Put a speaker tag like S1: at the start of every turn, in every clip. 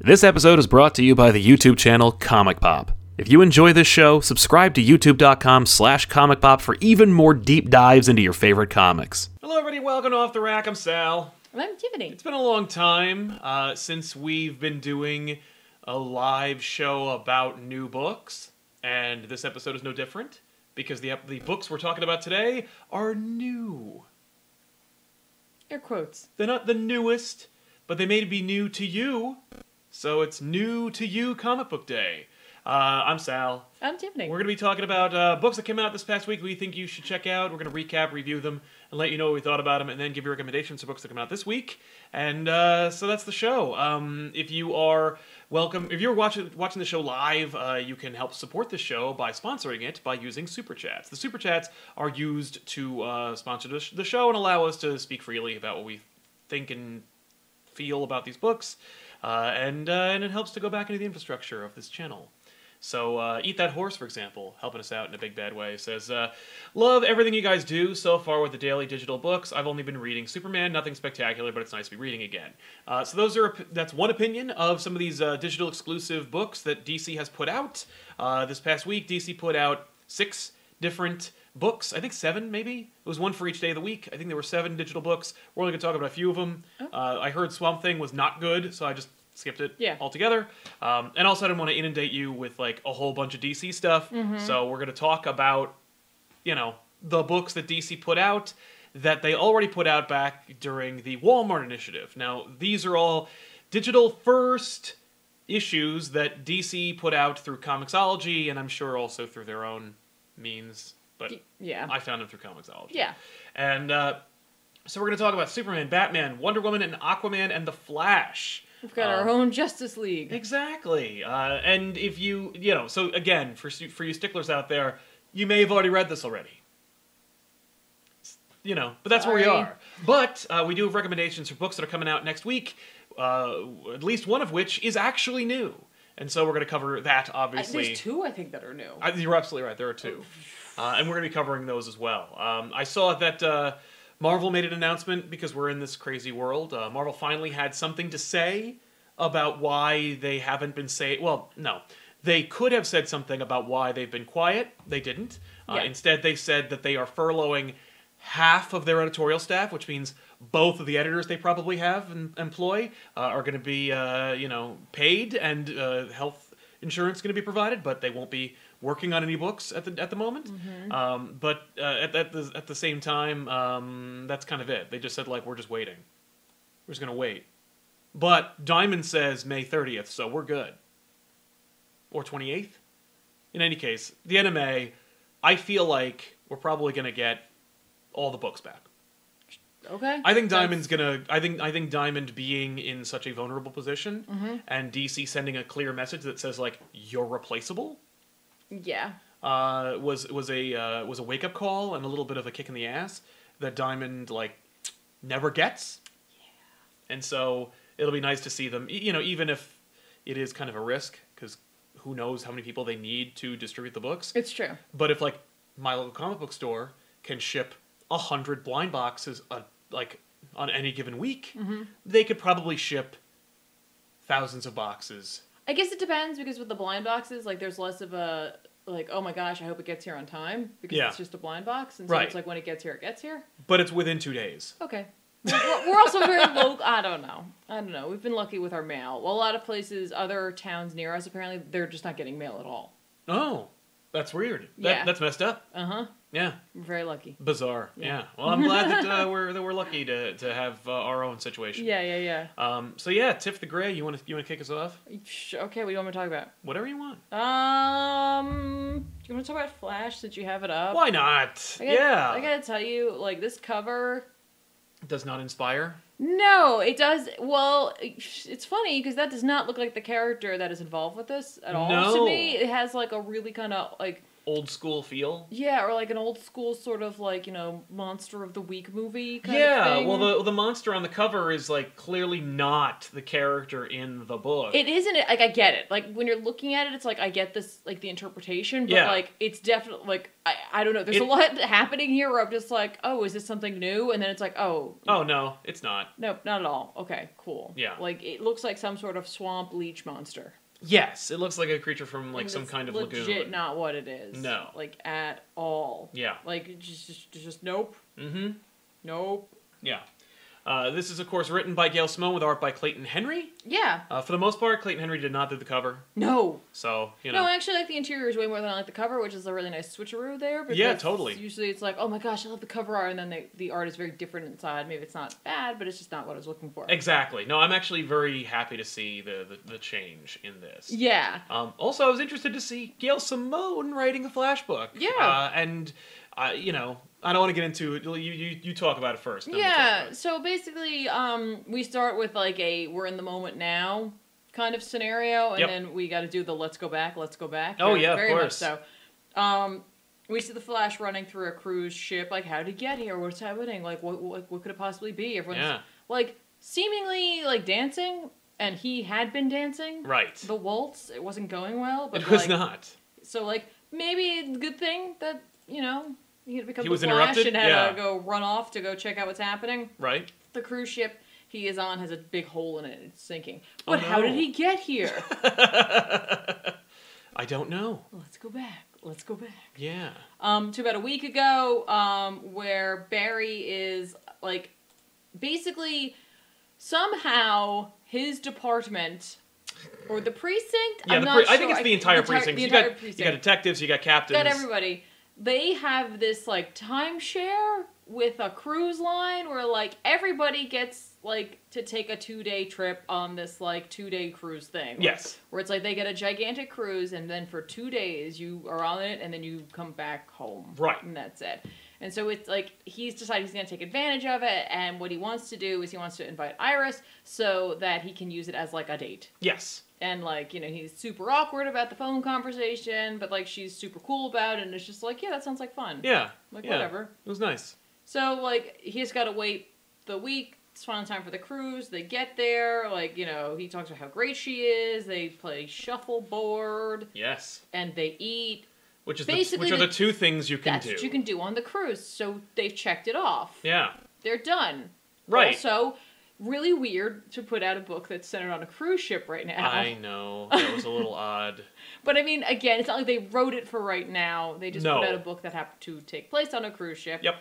S1: This episode is brought to you by the YouTube channel Comic Pop. If you enjoy this show, subscribe to youtube.com slash comic pop for even more deep dives into your favorite comics. Hello, everybody. Welcome to Off the Rack. I'm Sal.
S2: I'm Tiffany.
S1: It's been a long time uh, since we've been doing a live show about new books, and this episode is no different because the, ep- the books we're talking about today are new.
S2: Air quotes.
S1: They're not the newest, but they may be new to you. So it's new to you comic book day. Uh, I'm Sal.
S2: I'm Tiffany.
S1: We're going to be talking about uh, books that came out this past week we think you should check out. We're going to recap, review them, and let you know what we thought about them, and then give you recommendations for books that come out this week. And uh, so that's the show. Um, if you are welcome, if you're watching watching the show live, uh, you can help support the show by sponsoring it by using super chats. The super chats are used to uh, sponsor the, sh- the show and allow us to speak freely about what we think and feel about these books, uh, and uh, and it helps to go back into the infrastructure of this channel. So, uh, Eat That Horse, for example, helping us out in a big bad way, says, uh, Love everything you guys do so far with the daily digital books. I've only been reading Superman, nothing spectacular, but it's nice to be reading again. Uh, so, those are, op- that's one opinion of some of these uh, digital exclusive books that DC has put out. Uh, this past week, DC put out six different books. I think seven, maybe. It was one for each day of the week. I think there were seven digital books. We're only going to talk about a few of them. Uh, I heard Swamp Thing was not good, so I just skipped it
S2: Yeah.
S1: altogether. Um, and also, I didn't want to inundate you with like a whole bunch of DC stuff. So we're going to talk about, you know, the books that DC put out that they already put out back during the Walmart initiative. Now, these are all digital first issues that DC put out through Comixology and I'm sure also through their own means. But
S2: Y- yeah.
S1: I found them through Comixology.
S2: um, yeah.
S1: And uh, so we're going to talk about Superman, Batman, Wonder Woman, and Aquaman, and The Flash.
S2: We've got
S1: Um,
S2: our own Justice League.
S1: Exactly. Uh, and if you, you know, so again, for s- for you sticklers out there, you may have already read this already. S- You know, but that's where we
S2: Sorry.
S1: are. But uh, we do have recommendations for books that are coming out next week, uh, w- at least one of which is actually new. And so we're going to cover that,
S2: I,
S1: obviously.
S2: there's two, I think, that are new.
S1: I, you're absolutely right. There are two, uh, and we're going to be covering those as well. Um, I saw that uh, Marvel made an announcement because we're in this crazy world. Uh, Marvel finally had something to say about why they haven't been say. Well, no, they could have said something about why they've been quiet. They didn't. Uh,
S2: Yeah.
S1: Instead, they said that they are furloughing half of their editorial staff, which means both of the editors they probably have and employ uh, are going to be, uh, you know, paid and uh, health insurance going to be provided, but they won't be working on any books at the at the moment. Um, but uh, at at the at the same time, um, that's kind of it. They just said like we're just waiting, we're just going to wait. But Diamond says May thirtieth, so we're good. Or twenty eighth. In any case, the NMA, I feel like we're probably going to get all the books back.
S2: okay.
S1: I think
S2: That's-
S1: Diamond's gonna. I think I think Diamond being in such a vulnerable position, and DC sending a clear message that says like you're replaceable,
S2: Yeah.
S1: uh, was was a uh, was a wake up call and a little bit of a kick in the ass that Diamond like never gets. And so it'll be nice to see them. e- You know, even if it is kind of a risk because who knows how many people they need to distribute the books.
S2: It's true.
S1: But if like my local comic book store can ship a hundred blind boxes uh like on any given week,
S2: Mm-hmm.
S1: they could probably ship thousands of boxes.
S2: I guess it depends because with the blind boxes, like, there's less of a, like, oh my gosh, I hope it gets here on time because
S1: Yeah.
S2: it's just a blind box. And so
S1: Right.
S2: it's like, when it gets here, it gets here.
S1: But it's within two days.
S2: Okay. we're, we're also very local. I don't know. I don't know. We've been lucky with our mail. Well, a lot of places, other towns near us, apparently, they're just not getting mail at all.
S1: Oh, that's weird. That,
S2: Yeah.
S1: That's messed up.
S2: Uh huh.
S1: Yeah.
S2: We're very lucky.
S1: Bizarre. Yeah. Well, I'm glad that uh, we're that we're lucky to to have uh, our own situation.
S2: Yeah, yeah, yeah.
S1: Um. So yeah, Tiff the Gray, you want to you want to kick us off?
S2: Sh- Okay, what do you want me to talk about?
S1: Whatever you want.
S2: Um, do you want to talk about Flash since you have it up?
S1: Why not?
S2: Uh, I gotta,
S1: yeah.
S2: I gotta tell you, like this cover.
S1: Does not inspire.
S2: No, it does. Well, it's funny because that does not look like the character that is involved with this at all
S1: No.
S2: to me. It has like a really kind of like
S1: old school feel.
S2: Yeah, or like an old school sort of like you know monster of the week movie. Kind
S1: yeah,
S2: of thing.
S1: well, the the monster on the cover is like clearly not the character in the book.
S2: it isn't it like I get it. Like when you're looking at it, it's like I get this like the interpretation, but
S1: Yeah.
S2: like it's definitely like I, I don't know. There's
S1: It-
S2: a lot happening here where I'm just like, oh, is this something new? And then it's like, oh,
S1: oh no, it's not.
S2: nope, not at all. Okay, cool.
S1: Yeah.
S2: like it looks like some sort of swamp leech monster.
S1: Yes, it looks like a creature from like
S2: And
S1: some
S2: it's
S1: kind of
S2: legit
S1: lagoon.
S2: not what it is.
S1: No.
S2: like at all.
S1: Yeah.
S2: like it's just just, just nope,
S1: Mm-hmm.
S2: nope.
S1: Yeah. Uh, this is, of course, written by Gail Simone with art by Clayton Henry.
S2: Yeah,
S1: Uh, for the most part, Clayton Henry did not do the cover,
S2: no,
S1: so you know.
S2: No, I actually like the interiors way more than I like the cover, which is a really nice switcheroo there. Because
S1: Yeah, totally.
S2: Usually it's like, oh my gosh, I love the cover art, and then they, the art is very different inside. Maybe it's not bad, but it's just not what I was looking for.
S1: exactly. No, I'm actually very happy to see the the, the change in this.
S2: Yeah.
S1: Um, also, I was interested to see Gail Simone writing a flash book.
S2: Yeah.
S1: Uh, and, uh, you know, I don't want to get into it. You, you, you talk about it first. then we'll talk
S2: yeah.
S1: about it.
S2: So basically, um, we start with like a we're in the moment now kind of scenario, and
S1: Yep.
S2: then we got to do the let's go back, let's go back.
S1: Oh,
S2: Very-
S1: yeah, of
S2: very
S1: course.
S2: Much so, um, we see the Flash running through a cruise ship. Like, how would he get here? What's happening? Like, what what, what could it possibly be? Everyone's
S1: Yeah.
S2: like seemingly like dancing, and he had been dancing.
S1: Right.
S2: The waltz, it wasn't going well, but
S1: It was
S2: like,
S1: not.
S2: so like maybe it's a good thing that you know he had become
S1: He
S2: the
S1: was
S2: Flash
S1: interrupted?
S2: and had
S1: Yeah.
S2: to go run off to go check out what's happening.
S1: Right?
S2: The cruise ship he is on has a big hole in it; it's sinking.
S1: Oh,
S2: But how
S1: no.
S2: did he get here?
S1: I don't know.
S2: Let's go back. Let's go back.
S1: Yeah.
S2: um, to about a week ago, um, where Barry is like basically somehow his department or the precinct.
S1: Yeah,
S2: I'm
S1: the
S2: not
S1: pre- I
S2: sure.
S1: think it's the entire
S2: tar-
S1: precinct.
S2: The
S1: you,
S2: entire
S1: got,
S2: precinct.
S1: you got detectives, you got captains.
S2: Got everybody. They have this like timeshare with a cruise line where like everybody gets like to take a two day trip on this like two day cruise thing.
S1: Yes.
S2: Where it's like they get a gigantic cruise and then for two days you are on it and then you come back home.
S1: Right.
S2: And that's it. And so it's like he's decided he's going to take advantage of it and what he wants to do is he wants to invite Iris so that he can use it as like a date
S1: Yes.
S2: and like you know he's super awkward about the phone conversation but like she's super cool about it and it's just like yeah that sounds like fun
S1: Yeah.
S2: like
S1: yeah.
S2: whatever
S1: It was nice.
S2: so like he's got to wait the week it's final time for the cruise they get there like you know he talks about how great she is they play shuffleboard
S1: Yes.
S2: and they eat
S1: Which is the,
S2: Basically
S1: which are
S2: the-
S1: the two things you can
S2: that's
S1: do.
S2: what you can do on the cruise so they've checked it off
S1: Yeah.
S2: they're done
S1: Right.
S2: also really weird to put out a book that's centered on a cruise ship right now
S1: I know. That was a little odd.
S2: But I mean, again, it's not like they wrote it for right now. They just
S1: No.
S2: put out a book that happened to take place on a cruise ship.
S1: Yep.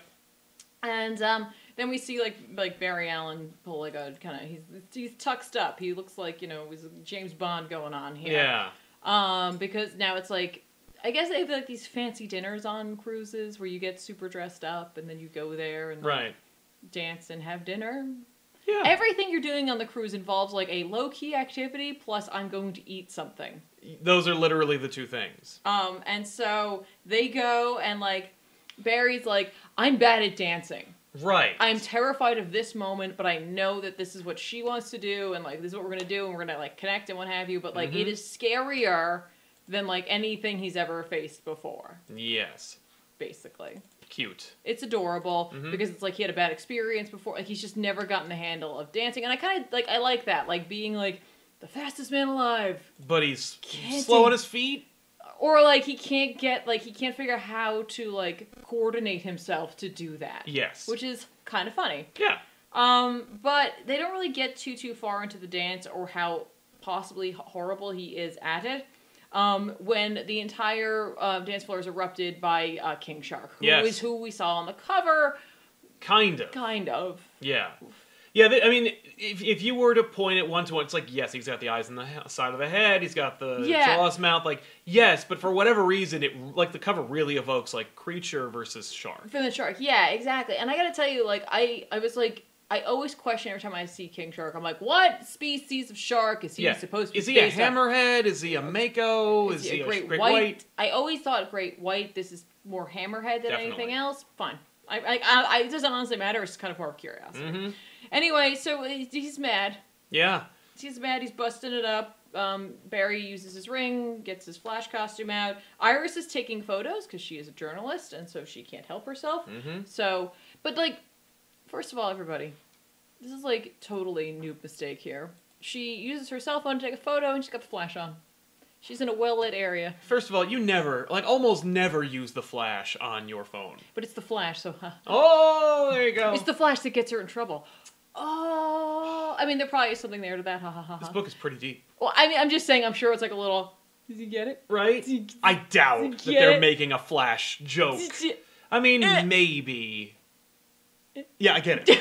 S2: And um, then we see like like Barry Allen pull like a kind of he's he's tuxed up. He looks like you know it was James Bond going on here.
S1: Yeah.
S2: Um, because now it's like. I guess they have like these fancy dinners on cruises where you get super dressed up and then you go there and like,
S1: Right.
S2: dance and have dinner.
S1: Yeah.
S2: Everything you're doing on the cruise involves like a low key activity plus I'm going to eat something.
S1: Those are literally the two things.
S2: Um, and so they go and like Barry's like, I'm bad at dancing.
S1: Right.
S2: I'm terrified of this moment, but I know that this is what she wants to do, and like this is what we're gonna do, and we're gonna like connect and what have you. But like
S1: Mhm.
S2: it is scarier than like anything he's ever faced before.
S1: Yes.
S2: Basically,
S1: Cute.
S2: it's adorable
S1: Mhm.
S2: because it's like he had a bad experience before. Like he's just never gotten the handle of dancing, and I kind of like I like that, like being like the fastest man alive,
S1: But he's
S2: Can't
S1: slow
S2: he-
S1: on his feet.
S2: or like he can't get like he can't figure how to like coordinate himself to do that
S1: Yes.
S2: which is kind of funny
S1: yeah.
S2: um but they don't really get too too far into the dance or how possibly h- horrible he is at it um when the entire uh, dance floor is erupted by uh, king shark who is
S1: Yes.
S2: who we saw on the cover
S1: Kind of.
S2: kind of
S1: Yeah. Yeah, they, I mean, if, if you were to point at one to one, it's like, yes, he's got the eyes on the he- side of the head, he's got the
S2: Yeah.
S1: jaws, mouth, like, yes, but for whatever reason, it, like, the cover really evokes, like, creature versus shark.
S2: From the shark, yeah, exactly. And I gotta tell you, like, I, I was like, I always question every time I see king shark. I'm like, what species of shark is he
S1: yeah.
S2: supposed to be?
S1: Is he a
S2: based on?
S1: hammerhead? Is he a mako? Is, he a great, white?
S2: I always thought great white. This is more hammerhead than anything
S1: Definitely.
S2: else. Fine. I, I, I,
S1: Mm.
S2: I- it doesn't honestly matter. It's kind of more curiosity.
S1: hmm
S2: Anyway, so he's he's uh, mad.
S1: Mm-hmm. Yeah.
S2: sees the bad, he's busting it up. Um, Barry uses his ring, gets his flash costume out. Iris is taking photos because she is a journalist and so she can't help herself.
S1: Mm-hmm.
S2: So, but like, first of all, everybody, this is like totally noob mistake here. She uses her cell phone to take a photo and she's got the flash on. She's in a well lit area,
S1: First of all, you never, like almost never use the flash on your phone.
S2: but it's the flash, so huh.
S1: Oh, there you go.
S2: It's the flash that gets her in trouble. Oh, I mean, there probably is something there to that. Ha ha ha.
S1: this
S2: ha.
S1: book is pretty deep,
S2: Well, I mean, I'm just saying, I'm sure it's like a little. Did you get it?
S1: right?
S2: Did-
S1: I doubt that
S2: Get
S1: they're
S2: it?
S1: making a flash joke.
S2: Did you-
S1: I mean,
S2: Eh.
S1: maybe. Yeah, I get it.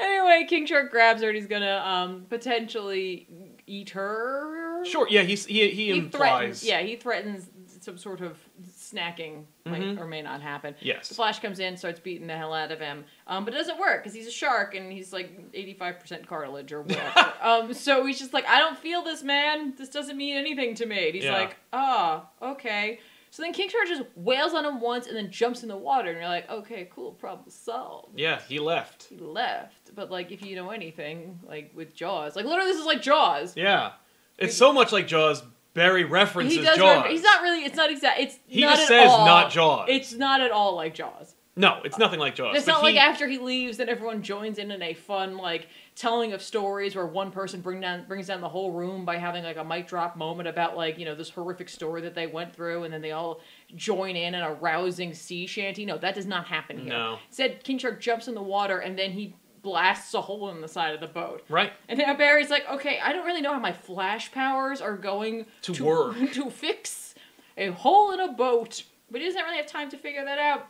S2: Anyway, King Shark grabs her and he's gonna um, potentially eat her.
S1: Sure. Yeah, he's, he he,
S2: He
S1: implies.
S2: threatens. Yeah, he threatens some sort of snacking might
S1: Mhm.
S2: or may not happen. The
S1: Yes.
S2: Flash comes in, starts beating the hell out of him, um, but it doesn't work because he's a shark and he's like eighty-five percent cartilage or whatever. um, so he's just like, I don't feel this, man. This doesn't mean anything to me. And he's
S1: Yeah.
S2: like, ah, okay. So then King Shark just wails on him once and then jumps in the water, and you're like, okay, cool, problem solved
S1: Yeah, he left.
S2: he left. But like, if you know anything, like with Jaws, like literally, this is like Jaws.
S1: Yeah. It's so much like Jaws. Barry references
S2: He does.
S1: Jaws.
S2: refer- he's not really. It's not exact. It's
S1: He
S2: not
S1: just
S2: at
S1: says
S2: all-
S1: not Jaws.
S2: It's not at all like Jaws.
S1: No, it's nothing like Jaws.
S2: It's
S1: but
S2: not
S1: he-
S2: like after he leaves, then everyone joins in in a fun like telling of stories where one person bring down brings down the whole room by having like a mic drop moment about like you know this horrific story that they went through, and then they all join in in a rousing sea shanty. No, that does not happen here.
S1: No.
S2: Said King Shark jumps in the water and then he blasts a hole in the side of the boat.
S1: Right.
S2: And now Barry's like, okay, I don't really know how my flash powers are going
S1: To work."
S2: to fix a hole in a boat, but he doesn't really have time to figure that out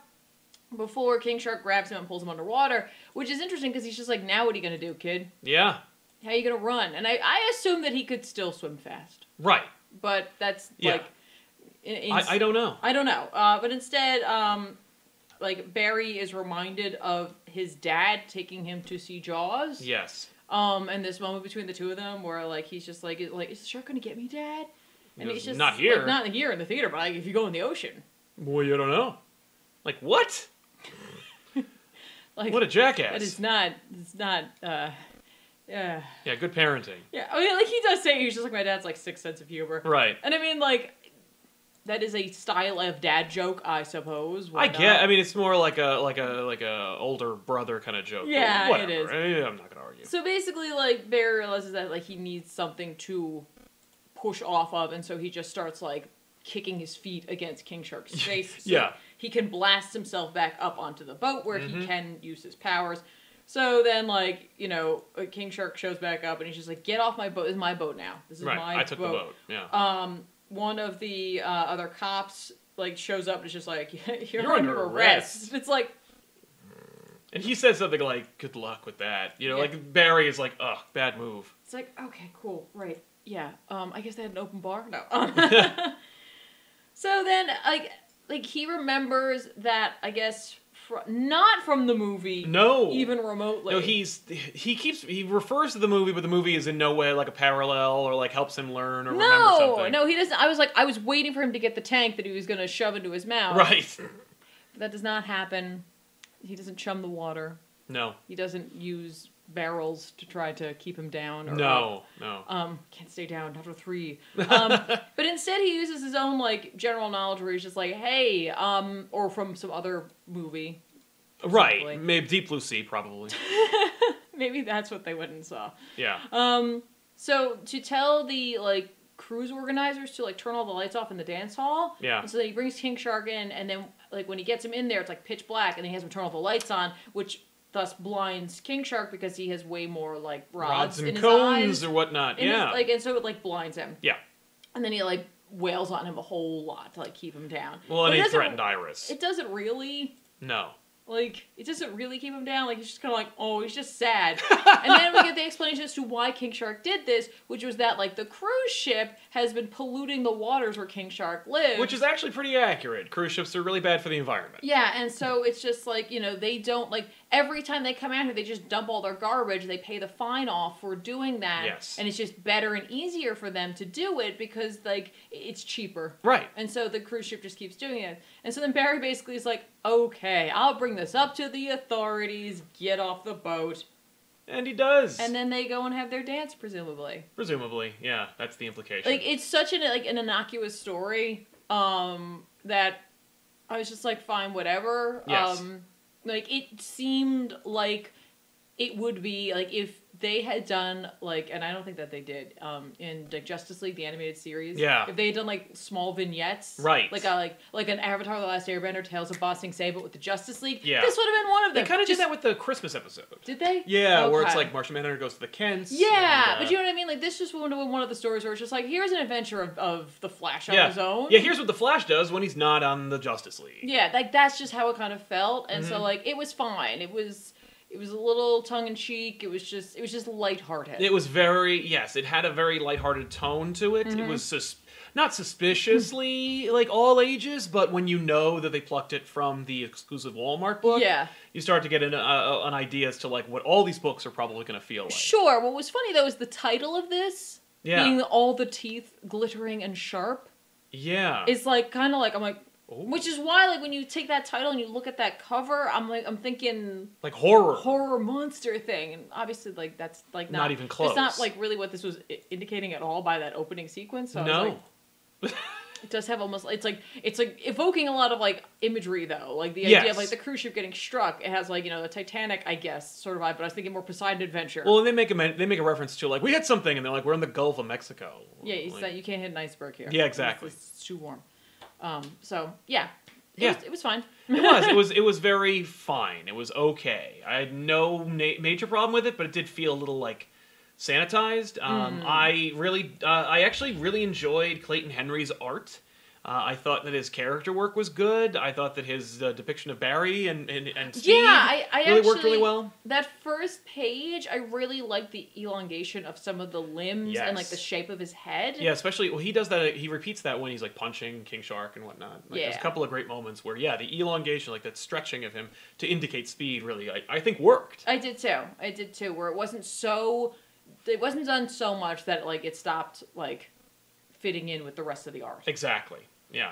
S2: before King Shark grabs him and pulls him underwater, which is interesting because he's just like, now what are you gonna do, kid?
S1: Yeah.
S2: How you gonna run? And I, I assume that he could still swim fast,
S1: Right.
S2: but that's
S1: Yeah.
S2: like, in, in-
S1: I, I don't know.
S2: I don't know. Uh, but instead, um, like Barry is reminded of his dad taking him to see Jaws.
S1: Yes.
S2: Um, and this moment between the two of them, where like he's just like, like is the shark gonna get me, Dad? And
S1: He
S2: he's
S1: goes,
S2: just
S1: "Not
S2: like,
S1: here."
S2: not here in the theater, but like if you go in the ocean,
S1: Well, you don't know. Like what?
S2: like
S1: What a jackass.
S2: that is not, it's not, uh, yeah,
S1: Yeah, good parenting.
S2: yeah. I mean, like he does say he's just like my dad's like sixth sense of humor,
S1: Right.
S2: and I mean like that is a style of dad joke, I suppose. Why
S1: I
S2: not?
S1: get. I mean, it's more like a like a like a older brother kind of joke. but
S2: Yeah, it
S1: whatever.
S2: is.
S1: Eh, I'm not gonna argue.
S2: So basically, like Barry realizes that like he needs something to push off of, and so he just starts like kicking his feet against King Shark's face. so
S1: Yeah. Mm-hmm.
S2: he can blast himself back up onto the boat where he can use his powers. So then, like you know, uh, King Shark shows back up, and he's just like, "Get off my boat! This is my boat now. This is
S1: right.
S2: my
S1: I took the boat. Yeah.
S2: Um, one of the uh, other cops like shows up and is just like, "You're,
S1: You're
S2: under,
S1: under
S2: arrest.
S1: arrest.
S2: It's like,
S1: and he said something like, "Good luck with that." You know,
S2: Yeah.
S1: like Barry is like, "Ugh, bad move."
S2: It's like, okay, cool, right. Yeah. Um, I guess they had an open bar. No. Um, so then, like, like he remembers that I guess fr- not from the movie,
S1: No.
S2: even remotely.
S1: No, he's he keeps he refers to the movie, but the movie is in no way like a parallel or like helps him learn or remember
S2: no,
S1: something.
S2: no, he doesn't. I was like, I was waiting for him to get the tank that he was gonna shove into his mouth.
S1: Right.
S2: That does not happen. He doesn't chum the water.
S1: No.
S2: He doesn't use barrels to try to keep him down. Or up.
S1: No. No.
S2: Um, can't stay down after three. Um, but instead, he uses his own like general knowledge, where he's just like, "Hey," um, or from some other movie. Probably.
S1: Right. Maybe Deep Blue Sea, probably.
S2: Maybe that's what they went and saw.
S1: Yeah.
S2: Um, so to tell the like cruise organizers to like turn all the lights off in the dance hall.
S1: Yeah.
S2: And so then he brings King Shark in, and then like when he gets him in there, it's like pitch black, and then he has him turn all the lights on, which thus blinds King Shark because he has way more like
S1: Rods
S2: rods, in
S1: and
S2: his
S1: cones
S2: eyes.
S1: or whatnot.
S2: And
S1: Yeah.
S2: it's, like and so it like blinds him.
S1: Yeah.
S2: And then he like wails on him a whole lot to like keep him down.
S1: Well, and
S2: But it
S1: he
S2: doesn't-
S1: threatened Iris.
S2: It doesn't really
S1: No.
S2: like it doesn't really keep him down. Like he's just kind of like oh he's just sad. and then we get the explanation as to why King Shark did this, which was that like the cruise ship has been polluting the waters where King Shark lives.
S1: Which is actually pretty accurate. Cruise ships are really bad for the environment.
S2: yeah, and so it's just like you know they don't like every time they come out here they just dump all their garbage. They pay the fine off for doing that,
S1: Yes.
S2: and it's just better and easier for them to do it because like it's cheaper.
S1: Right.
S2: And so the cruise ship just keeps doing it. And so then Barry basically is like, okay, I'll bring this up to the authorities, get off the boat.
S1: And he does.
S2: and then they go and have their dance, presumably.
S1: Presumably, yeah, that's the implication.
S2: Like it's such an like an innocuous story um, that I was just like, fine, whatever.
S1: Yes.
S2: Um, like it seemed like it would be like if they had done like, and I don't think that they did um, in like Justice League the animated series.
S1: Yeah.
S2: If they had done like small vignettes,
S1: Right.
S2: Like a, like like an Avatar: The Last Airbender, Tales of Bossing Sable with the Justice League.
S1: Yeah.
S2: This would have been one of
S1: they
S2: them.
S1: kind of
S2: Just-
S1: did that with the Christmas episode.
S2: Did they?
S1: Yeah, where it's
S2: Okay.
S1: like Martian Manhunter goes to the Kents.
S2: Yeah,
S1: and, uh,
S2: but you know what I mean. Like this just one of one of the stories where it's just like, here's an adventure of, of the Flash on
S1: yeah.
S2: his own.
S1: Yeah, here's what the Flash does when he's not on the Justice League.
S2: yeah, like that's just how it kind of felt, and
S1: Mm-hmm.
S2: so like it was fine. It was it was a little tongue in cheek. It was just it was just lighthearted.
S1: It was very yes. It had a very lighthearted tone to it.
S2: Mm-hmm.
S1: It was sus- not suspiciously like all ages, but when you know that they plucked it from the exclusive Walmart book,
S2: yeah,
S1: you start to get an, uh, uh, an idea as to like what all these books are probably going to feel like.
S2: sure. What was funny though is the title of this
S1: Yeah,
S2: being all the teeth glittering and sharp
S1: yeah.
S2: is like kind of like I'm like.
S1: Ooh.
S2: Which is why, like, when you take that title and you look at that cover, I'm like, I'm thinking
S1: like horror.
S2: horror monster thing and obviously like that's like
S1: Not
S2: not,
S1: even
S2: it's not
S1: close.
S2: like really what this was i- indicating at all by that opening sequence so I was
S1: no.
S2: like, it does have almost it's like it's like evoking a lot of like imagery though like the idea
S1: Yes.
S2: of like the cruise ship getting struck it has like you know the titanic i guess sort of vibe but i was thinking more poseidon adventure
S1: well, and they make a men- they make a reference to like we had something, and they're like we're in the Gulf of Mexico.
S2: yeah it's
S1: Like,
S2: that you can't hit an iceberg here
S1: Yeah, exactly.
S2: it's, it's too warm um so yeah it,
S1: Yeah.
S2: Was, it was fine
S1: it was. It was. It was very fine. It was okay. I had no na- major problem with it, but it did feel a little like sanitized. Um,
S2: Hmm.
S1: I really, uh, I actually really enjoyed Clayton Henry's art. Uh, I thought that his character work was good. I thought that his uh, depiction of Barry and and, and Steve
S2: yeah i, I
S1: really
S2: actually,
S1: worked really well.
S2: That first page, I really liked the elongation of some of the limbs and like
S1: Yes.
S2: the shape of his head.
S1: Yeah, especially well, he does that. He repeats that when he's like punching King Shark and whatnot. Like, There's a
S2: Yeah.
S1: couple of great moments where yeah, the elongation, like that stretching of him to indicate speed, really I, I think worked.
S2: I did too. I did too. Where it wasn't so, it wasn't done so much that like it stopped like fitting in with the rest of the art.
S1: Exactly. Yeah.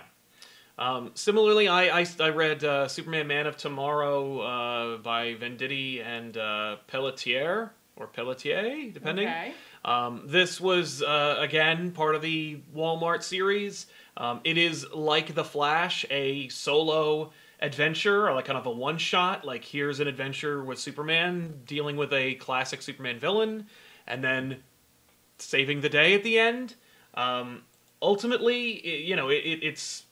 S1: Um, similarly, I, I, I read uh, Superman Man of Tomorrow uh, by Venditti and uh, Pelletier, or Pelletier, depending.
S2: Okay.
S1: Um, this was, uh, again, part of the Walmart series. Um, it is, like The Flash, a solo adventure, or like kind of a one shot. Like, here's an adventure with Superman dealing with a classic Superman villain, and then saving the day at the end. Um, ultimately, i you know, it, it, it's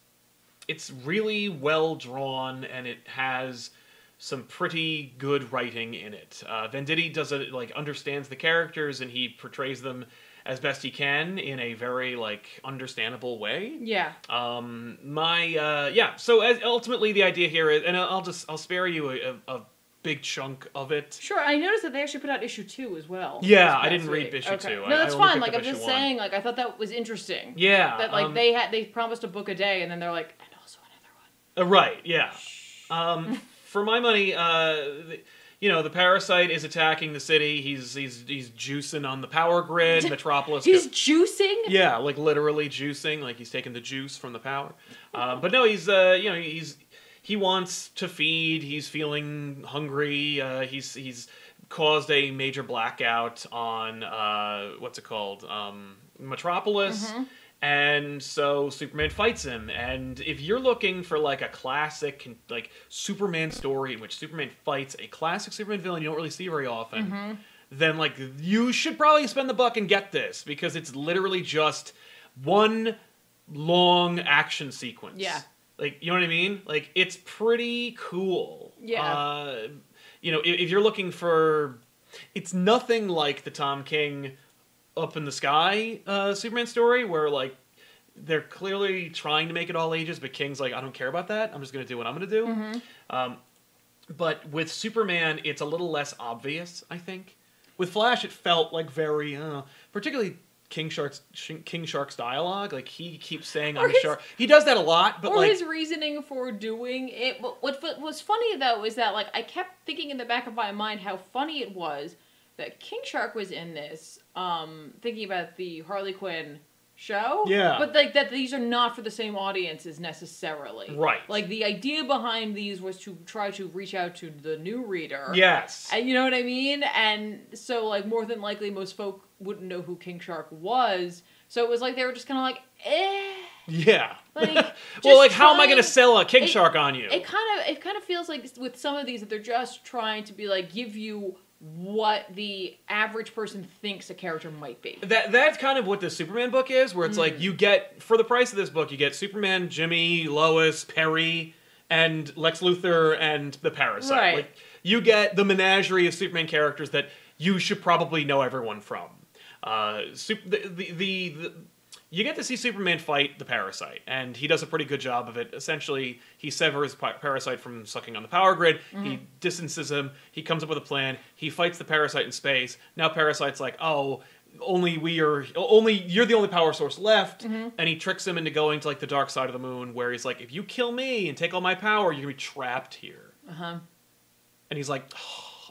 S1: it's really well drawn and it has some pretty good writing in it. Uh, Venditti does it like understands the characters and he portrays them as best he can in a very like understandable way.
S2: Yeah.
S1: Um, my uh, yeah. So as, ultimately, the idea here is, and I'll I'll just I'll spare you a, a, a big chunk of it.
S2: Sure. I noticed that they actually put out issue two as well.
S1: Yeah,
S2: this
S1: I
S2: past
S1: didn't read
S2: week.
S1: issue two. I-
S2: No,
S1: I
S2: that's
S1: only
S2: fine.
S1: picked
S2: Like
S1: up
S2: I'm just
S1: issue one.
S2: saying. Like I thought that was interesting.
S1: Yeah,
S2: That like
S1: um,
S2: they had they promised a book a day and then they're like and also another one.
S1: Uh, right, yeah. Um, for my money, uh, th- you know, the parasite is attacking the city. He's he's he's juicing on the power grid. Metropolis.
S2: He's
S1: go-
S2: juicing.
S1: yeah, like literally juicing. Like he's taking the juice from the power. Uh, but no, he's uh, you know he's he wants to feed. He's feeling hungry. Uh, he's he's caused a major blackout on uh, what's it called um, Metropolis. And so Superman fights him. And if you're looking for like a classic con- like Superman story in which Superman fights a classic Superman villain you don't really see very often, then like you should probably spend the buck and get this because it's literally just one long action sequence.
S2: Yeah.
S1: Like you know what I mean? Like it's pretty cool.
S2: Yeah.
S1: Uh, you know, if, if you're looking for, it's nothing like the Tom King up in the sky uh, Superman story where like they're clearly trying to make it all ages, but King's like, I don't care about that. I'm just gonna do what I'm gonna do.
S2: Mm-hmm.
S1: Um, but with Superman, it's a little less obvious, I think. With Flash, it felt like very, uh, particularly King Shark's King Shark's dialogue. Like he keeps saying,
S2: Or
S1: "I'm a
S2: his-
S1: shark." He does that a lot, but
S2: or
S1: like,
S2: his reasoning for doing it. What, what what was funny though is that like I kept thinking in the back of my mind how funny it was that King Shark was in this. Um, thinking about the Harley Quinn show.
S1: Yeah.
S2: But like that these are not for the same audiences necessarily.
S1: Right.
S2: Like the idea behind these was to try to reach out to the new reader.
S1: Yes.
S2: And you know what I mean? And so like more than likely most folk wouldn't know who King Shark was. So it was like they were just kind of like, eh.
S1: yeah.
S2: Like,
S1: well,
S2: just
S1: like, how am I
S2: trying-
S1: going to sell a king
S2: it-
S1: shark on you?
S2: It kind of it kind of feels like with some of these that they're just trying to be like give you what the average person thinks a character might be.
S1: that that's kind of what the Superman book is, where it's like you get for the price of this book, you get Superman, Jimmy, Lois, Perry, and Lex Luthor, and the Parasite.
S2: Right.
S1: Like you get the menagerie of Superman characters that you should probably know everyone from. Uh, sup- the, the, the, the you get to see Superman fight the Parasite, and he does a pretty good job of it. Essentially, he severs Pa- Parasite from sucking on the power grid. He distances him. He comes up with a plan. He fights the Parasite in space. Now Parasite's like, oh, only we are, only you're the only power source left. And he tricks him into going to like the dark side of the moon, where he's like, if you kill me and take all my power, you're gonna be trapped here.
S2: Uh-huh.
S1: And he's like.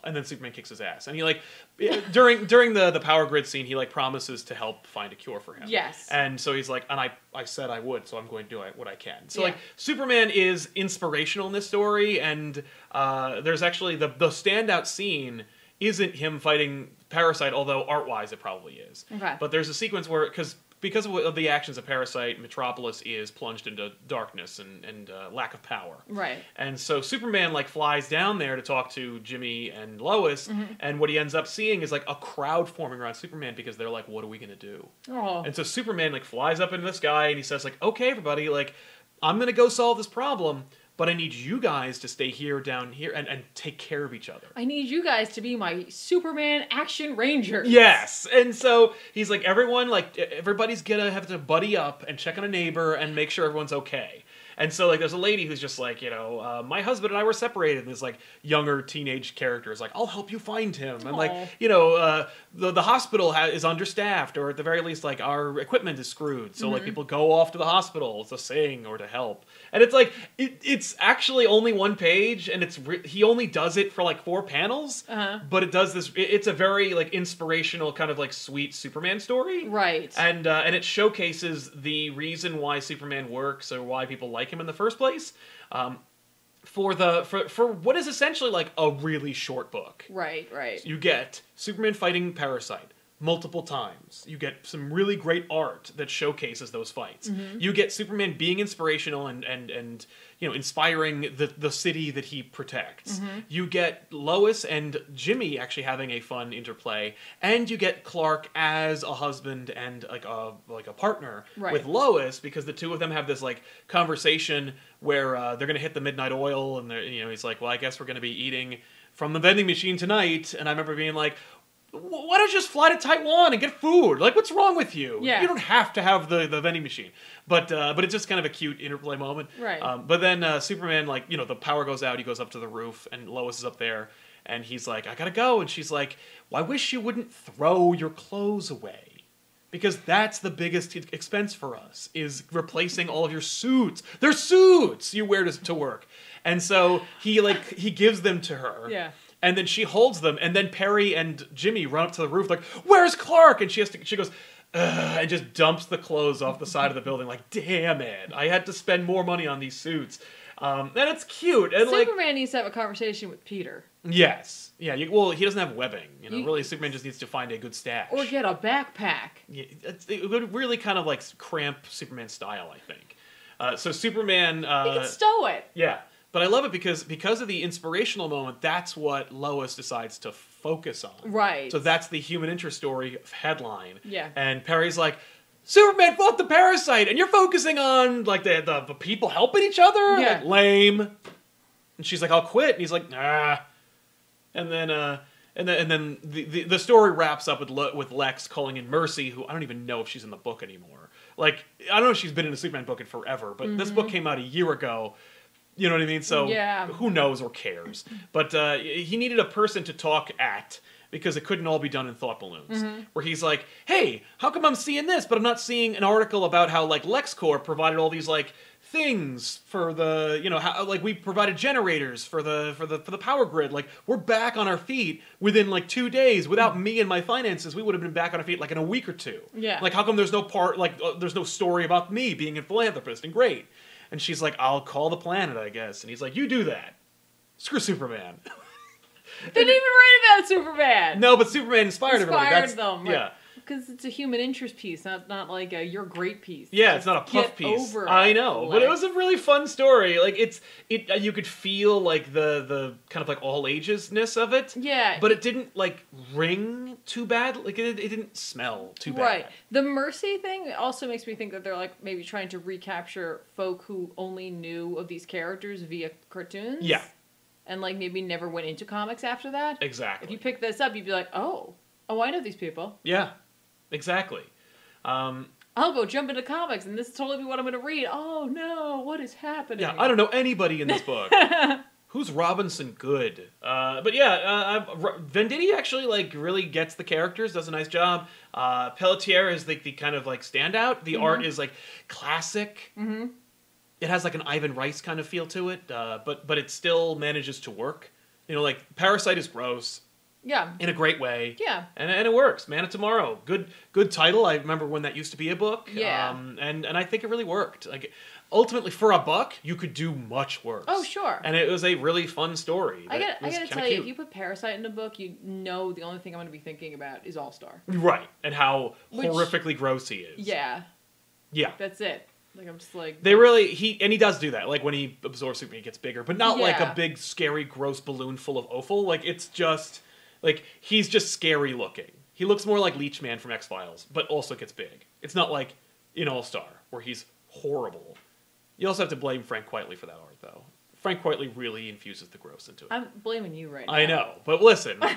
S1: And then Superman kicks his ass, and he like eh, during during the the power grid scene, he like promises to help find a cure for him.
S2: Yes.
S1: And so he's like, and I, I said I would, so I'm going to do it- what I can. So
S2: Yeah.
S1: like, Superman is inspirational in this story, and uh, there's actually the the standout scene isn't him fighting Parasite, although art wise it probably is.
S2: Okay.
S1: But there's a sequence where because because of, what- of the actions of Parasite, Metropolis is plunged into darkness and and uh, lack of power.
S2: Right.
S1: And so Superman like flies down there to talk to Jimmy and Lois, and what he ends up seeing is like a crowd forming around Superman because they're like, "What are we gonna do?"
S2: Oh.
S1: And so Superman like flies up into the sky and he says like, "Okay, everybody, like I'm gonna go solve this problem, but I need you guys to stay here, down here, and and take care of each other."
S2: I need you guys to be my Superman action rangers.
S1: Yes, and so he's like, everyone, like e-, everybody's gonna have to buddy up and check on a neighbor and make sure everyone's okay. And so like, there's a lady who's just like, you know, uh, my husband and I were separated. And this like younger teenage character is like, I'll help you find him. And
S2: Aw.
S1: like, you know, uh, the the hospital ha- is understaffed, or at the very least, like our equipment is screwed. So
S2: Mm-hmm.
S1: like, people go off to the hospital to sing or to help. And it's like, it, it's actually only one page, and it's re- he only does it for like four panels
S2: Uh-huh.
S1: but it does this it- it's a very like inspirational kind of like sweet superman story
S2: Right.
S1: and uh, and it showcases the reason why superman works or why people like him in the first place um, for the for, for what is essentially like a really short book
S2: right, right.
S1: you get Superman fighting Parasite multiple times. You get some really great art that showcases those fights.
S2: Mm-hmm.
S1: You get Superman being inspirational and and and you know inspiring the the city that he protects.
S2: Mm-hmm.
S1: You get Lois and Jimmy actually having a fun interplay, and you get Clark as a husband and like a like a partner
S2: Right.
S1: with Lois because the two of them have this like conversation where uh, they're gonna hit the midnight oil and they're you know he's like well I guess we're gonna be eating from the vending machine tonight and I remember being like "Wh- why don't you just fly to Taiwan and get food like what's wrong with you
S2: Yeah.
S1: you don't have to have the, the vending machine but uh, but it's just kind of a cute interplay moment
S2: Right.
S1: um, but then uh, Superman like you know the power goes out he goes up to the roof and Lois is up there. And he's like, I gotta go. And she's like, Well, I wish you wouldn't throw your clothes away because that's the biggest e- expense for us is replacing all of your suits they're suits you wear to, to work and so he like he gives them to her
S2: Yeah.
S1: and then she holds them and then perry and jimmy run up to the roof like where's clark and she has to she goes Ugh, and just dumps the clothes off the side of the building like damn it i had to spend more money on these suits um, and it's cute and like
S2: Superman needs to have a conversation with Peter.
S1: yes yeah you, well he doesn't have webbing you know
S2: You-
S1: really superman just needs to find a good stash
S2: Or get a backpack.
S1: yeah, it's- it would really kind of like cramp Superman's style, I think. Uh, so Superman,
S2: He can
S1: uh,
S2: stow it.
S1: yeah, but I love it because because of the inspirational moment, that's what Lois decides to focus on.
S2: Right.
S1: So that's the human interest story headline.
S2: Yeah.
S1: And Perry's like, Superman fought the parasite, and you're focusing on like the the, the people helping each other.
S2: Yeah.
S1: Like, lame. And she's like, I'll quit. And he's like, Nah. And then uh, and then and then the, the, the story wraps up with Le- with Lex calling in Mercy, who I don't even know if she's in the book anymore. Like I don't know if she's been in a Superman book in forever, but this book came out a year ago. You know what I mean? So
S2: Yeah.
S1: who knows or cares? But uh, he needed a person to talk at because it couldn't all be done in thought balloons. Where he's like, "Hey, how come I'm seeing this, but I'm not seeing an article about how like LexCorp provided all these like things for the you know how, like we provided generators for the for the for the power grid like we're back on our feet within like two days without me and my finances we would have been back on our feet like in a week or two
S2: Yeah.
S1: like how come there's no part like uh, there's no story about me being a philanthropist and great and she's like i'll call the planet i guess and he's like you do that screw superman
S2: They didn't even write about Superman.
S1: no but superman inspired, everybody
S2: Inspired
S1: That's-
S2: them.
S1: yeah
S2: Because it's a human interest piece, not not like a you're great piece.
S1: Yeah, it's not a
S2: Just
S1: puff
S2: get
S1: piece.
S2: Over
S1: I know, but it
S2: like-
S1: was a really fun story. Like it's it, uh, you could feel like the the kind of like all agesness of it.
S2: Yeah.
S1: But it didn't like ring too bad. Like it, it didn't smell too bad.
S2: Right. The mercy thing also makes me think that they're like maybe trying to recapture folk who only knew of these characters via cartoons.
S1: Yeah.
S2: And like maybe never went into comics after that. If
S1: Exactly.
S2: you pick this up, you'd be like, oh, oh, I know these people.
S1: yeah. Exactly. Um,
S2: I'll go jump into comics, and this is totally what I'm going to read. Oh no, what is happening?
S1: yeah. I don't know anybody in this book. Who's Robinson Good? Uh, but yeah, uh, I've- R- Venditti actually like really gets the characters, does a nice job. Uh, Pelletier is like the kind of like standout. The art is like classic.
S2: hmm
S1: it has like an Ivan Rice kind of feel to it, uh, but but it still manages to work. You know, like Parasite is gross
S2: Yeah.
S1: in a great way,
S2: Yeah.
S1: and, and it works. Man of Tomorrow, good good title. I remember when that used to be a book.
S2: Yeah.
S1: um, and and I think it really worked. Like ultimately, for a buck, you could do much worse.
S2: Oh, sure.
S1: And it was a really fun story.
S2: I
S1: that
S2: gotta, I
S1: was
S2: gotta
S1: kinda
S2: tell you,
S1: cute.
S2: if you put Parasite in a book, you know the only thing I'm going to be thinking about is All Star.
S1: right, and how
S2: Which-
S1: horrifically gross he is.
S2: Yeah,
S1: yeah.
S2: that's it. Like I'm just like
S1: They really he and he does do that. Like when he absorbs Superman, he gets bigger, but not like a
S2: Yeah.
S1: big, scary, gross balloon full of offal. Like it's just like he's just scary looking. He looks more like Leech Man from X Files, but also gets big. It's not like in All Star where he's horrible. You also have to blame Frank Quitely for that art, though. Frank Quitely really infuses the gross into it.
S2: I'm blaming you right now.
S1: I know, but listen.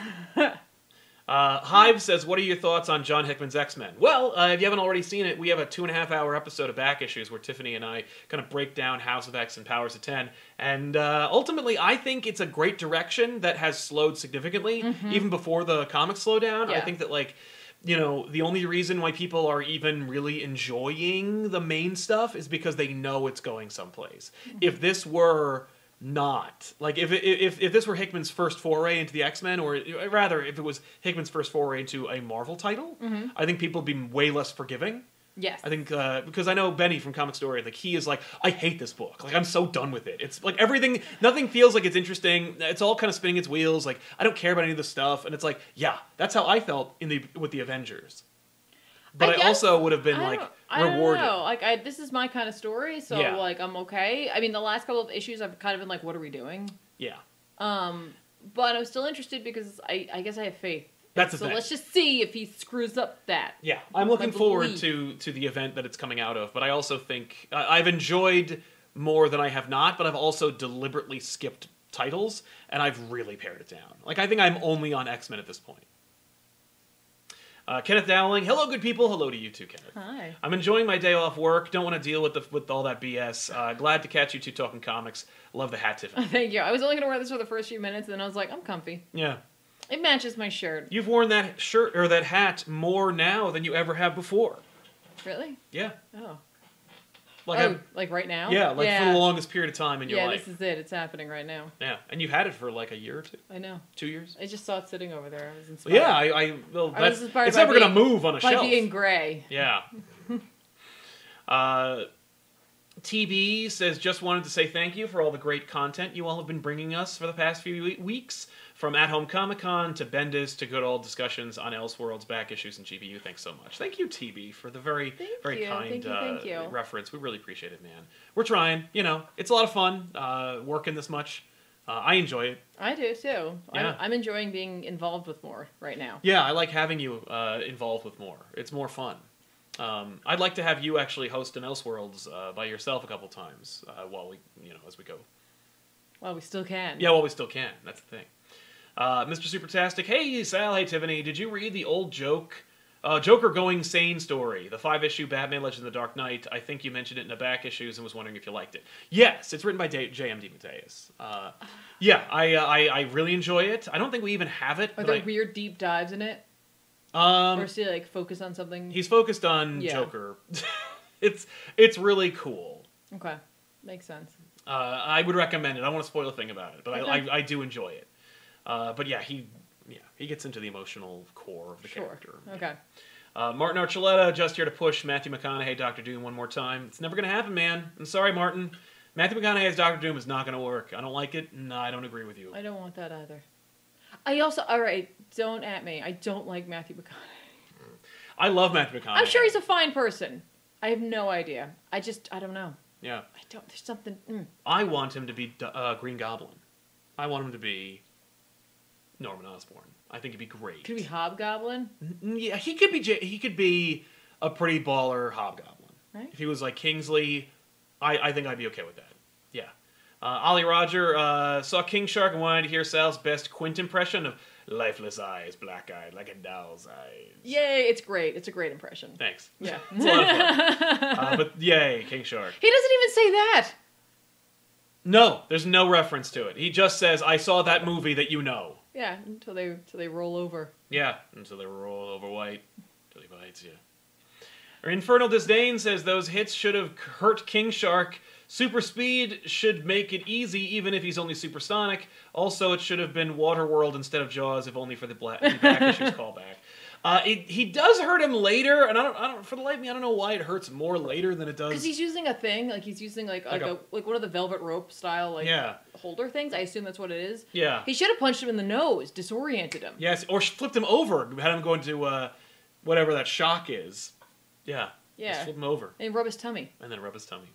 S1: Uh, Hive says, "What are your thoughts on John Hickman's X Men?" Well, uh, if you haven't already seen it, we have a two and a half hour episode of Back Issues where Tiffany and I kind of break down House of X and Powers of Ten, and uh, ultimately, I think it's a great direction that has slowed significantly, even before the comic slowdown. I
S2: Mm-hmm. Yeah.
S1: think that like. You know, the only reason why people are even really enjoying the main stuff is because they know it's going someplace. If this were not like if, if if this were Hickman's first foray into the X Men, or rather, if it was Hickman's first foray into a Marvel title, I think people would be way less forgiving.
S2: Yes.
S1: I think uh, because I know Benny from Comic Story, like he is like, I hate this book. Like I'm so done with it. It's like everything, nothing feels like it's interesting. It's all kind of spinning its wheels. Like I don't care about any of this stuff. And it's like, yeah, that's how I felt in the with the Avengers. But
S2: I
S1: I,
S2: guess-
S1: also would have been
S2: I
S1: like
S2: don't- I don't
S1: rewarded.
S2: know. Like I, this is my kind of story, so
S1: Yeah.
S2: like I'm okay. I mean, the last couple of issues, I've kind of been like, what are we doing?
S1: Yeah,
S2: Um, but I'm still interested because I, I guess I have faith.
S1: That's the
S2: so.
S1: thing.
S2: Let's just see if he screws up that.
S1: Yeah, I'm looking
S2: Like,
S1: forward
S2: leave.
S1: to to the event that it's coming out of, but I also think I I've enjoyed more than I have not, but I've also deliberately skipped titles and I've really pared it down. Like I think I'm only on X Men at this point. Uh, Kenneth Dowling, hello, good people. Hello to you too, Kenneth.
S2: Hi.
S1: I'm enjoying my day off work. Don't want to deal with the with all that BS. Uh, glad to catch you two talking comics. Love the hat, Tiffany.
S2: Thank you. I was only gonna wear this for the first few minutes, and then I was like, I'm comfy.
S1: Yeah,
S2: It matches my shirt.
S1: you've worn that shirt or that hat more now than you ever have before.
S2: Really?
S1: Yeah,
S2: Oh.
S1: like
S2: oh,
S1: I'm-
S2: like right now?
S1: Yeah, like for the longest period of time in your
S2: Yeah,
S1: life.
S2: this is it. It's happening right now.
S1: yeah, and you've had it for like a year or two,
S2: I know.
S1: two years.
S2: I just saw it sitting over there. I was inspired.
S1: Yeah, I, I well,
S2: I was
S1: that's,
S2: inspired
S1: it's
S2: by
S1: never gonna
S2: being-
S1: move on a
S2: By
S1: shelf.
S2: being gray.
S1: Yeah. uh, TB says, just wanted to say thank you for all the great content you all have been bringing us for the past few we- weeks, from At Home Comic Con to Bendis to good old discussions on Elseworlds back issues and GBU. Thanks so much. Thank you, TB, for the very,
S2: Thank
S1: very
S2: you,
S1: kind
S2: thank you,
S1: uh,
S2: thank you.
S1: reference. We really appreciate it, man. We're trying. You know, it's a lot of fun uh, working this much. Uh, I enjoy it.
S2: I do too.
S1: Yeah.
S2: I'm, I'm enjoying being involved with more right now.
S1: Yeah, I like having you uh, involved with more. It's more fun. Um, I'd like to have you actually host an Elseworlds uh, by yourself a couple times uh, while we, you know, as we go.
S2: Well, we still can.
S1: Yeah, while we still can. That's the thing. Uh, Mr. Supertastic, hey Sal, hey Tiffany, did you read the old joke, uh, Joker going sane story, the five issue Batman Legend of the Dark Knight? I think you mentioned it in the back issues and was wondering if you liked it. Yes, it's written by Da- J.M.D. Mateus. Uh, yeah, I, uh, I I really enjoy it. I don't think we even have it.
S2: Are
S1: but
S2: there
S1: I-
S2: weird deep dives in it?
S1: um,
S2: or is he like focus on something?
S1: He's focused on
S2: Yeah.
S1: Joker. it's it's really cool.
S2: okay. Makes sense.
S1: Uh, I would recommend it. I don't want to spoil a thing about it, but I,
S2: Okay.
S1: I, I do enjoy it. Uh, but yeah, he yeah he gets into the emotional core of the
S2: Sure.
S1: character.
S2: Okay.
S1: Uh, Martin Archuleta just here to push Matthew McConaughey Doctor Doom one more time. It's never gonna happen, man. I'm sorry, Martin. Matthew McConaughey as Doctor Doom is not gonna work. I don't like it. No, I don't agree with you.
S2: I don't want that either. I also all right. Don't at me. I don't like Matthew McConaughey.
S1: I love Matthew McConaughey.
S2: I'm sure he's a fine person. I have no idea. I just I don't know.
S1: yeah.
S2: I don't. There's something. Mm.
S1: I want him to be uh, Green Goblin. I want him to be Norman Osborn. I think he'd be great.
S2: Could it be Hobgoblin,
S1: N- Yeah, he could be. J- He could be a pretty baller hobgoblin.
S2: right?
S1: If he was like Kingsley, I, I think I'd be okay with that. Yeah. Uh, Ollie Roger uh, saw King Shark and wanted to hear Sal's best Quint impression of lifeless eyes, black eyed like a doll's eyes.
S2: Yay! It's great. It's a great impression.
S1: Thanks.
S2: Yeah.
S1: It's a lot of fun. Uh, but yay, King Shark.
S2: he doesn't even say that.
S1: No, there's no reference to it. He just says, "I saw that movie that you know."
S2: Yeah. Until they until they roll over.
S1: Yeah, until they roll over white, till he bites you. Our Infernal Disdain says those hits should have hurt King Shark. Super speed should make it easy, even if he's only supersonic. Also, it should have been Waterworld instead of Jaws, if only for the black, the back issues callback. Uh, it, he does hurt him later, and I don't, I don't. For the life of me, I don't know why it hurts more later than it does.
S2: Because he's using a thing, like he's using like like,
S1: Like
S2: a,
S1: a-
S2: like one of the velvet rope style like
S1: Yeah.
S2: holder things. I assume that's what it is.
S1: Yeah.
S2: He should have punched him in the nose, disoriented him.
S1: yes, or flipped him over, had him go into uh, whatever that shock is. Yeah.
S2: Yeah.
S1: Just flip him over.
S2: And rub his tummy.
S1: and then rub his tummy.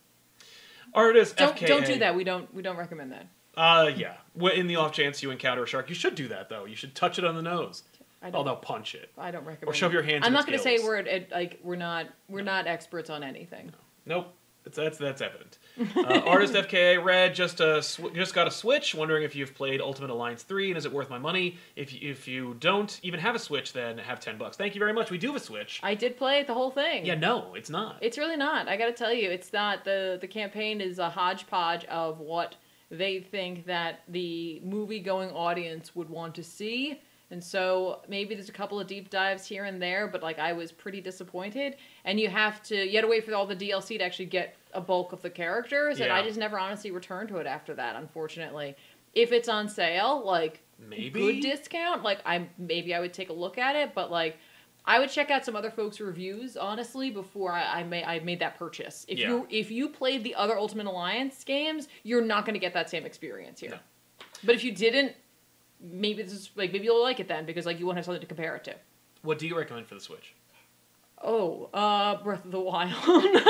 S1: Artist
S2: Don't
S1: FKA.
S2: don't do that. We don't we don't recommend that.
S1: Uh, yeah. Wh- In the off chance you encounter a shark, you should do that though. You should touch it on the nose.
S2: I don't
S1: Although punch it.
S2: I don't recommend.
S1: Or shove
S2: it.
S1: your hands
S2: I'm
S1: in
S2: not
S1: its
S2: going to say
S1: gills.
S2: we're at, at- like we're not we're not experts on anything.
S1: Nope. It's, that's that's evident. Uh, artist FKA Red just uh, sw- just got a Switch. Wondering if you've played Ultimate Alliance three and is it worth my money? If you, if you don't even have a Switch, then have ten bucks. Thank you very much. We do have a Switch.
S2: I did play the whole thing.
S1: yeah, no, it's not.
S2: It's really not. I got to tell you, it's not the the campaign is a hodgepodge of what they think that the movie going audience would want to see. And so maybe there's a couple of deep dives here and there, but like I was pretty disappointed. And you have to you had to wait for all the DLC to actually get a bulk of the characters, and I
S1: Yeah.
S2: just never honestly returned to it after that, unfortunately. If it's on sale, like
S1: Maybe.
S2: good discount. Like I maybe I would take a look at it, but like I would check out some other folks' reviews honestly before I, I made I made that purchase. If you if you played the other Ultimate Alliance games, you're not going to get that same experience here.
S1: No.
S2: But if you didn't, maybe this is like maybe you'll like it then because like you won't have something to compare it to.
S1: What do you recommend for the Switch?
S2: Oh, uh, Breath of the Wild,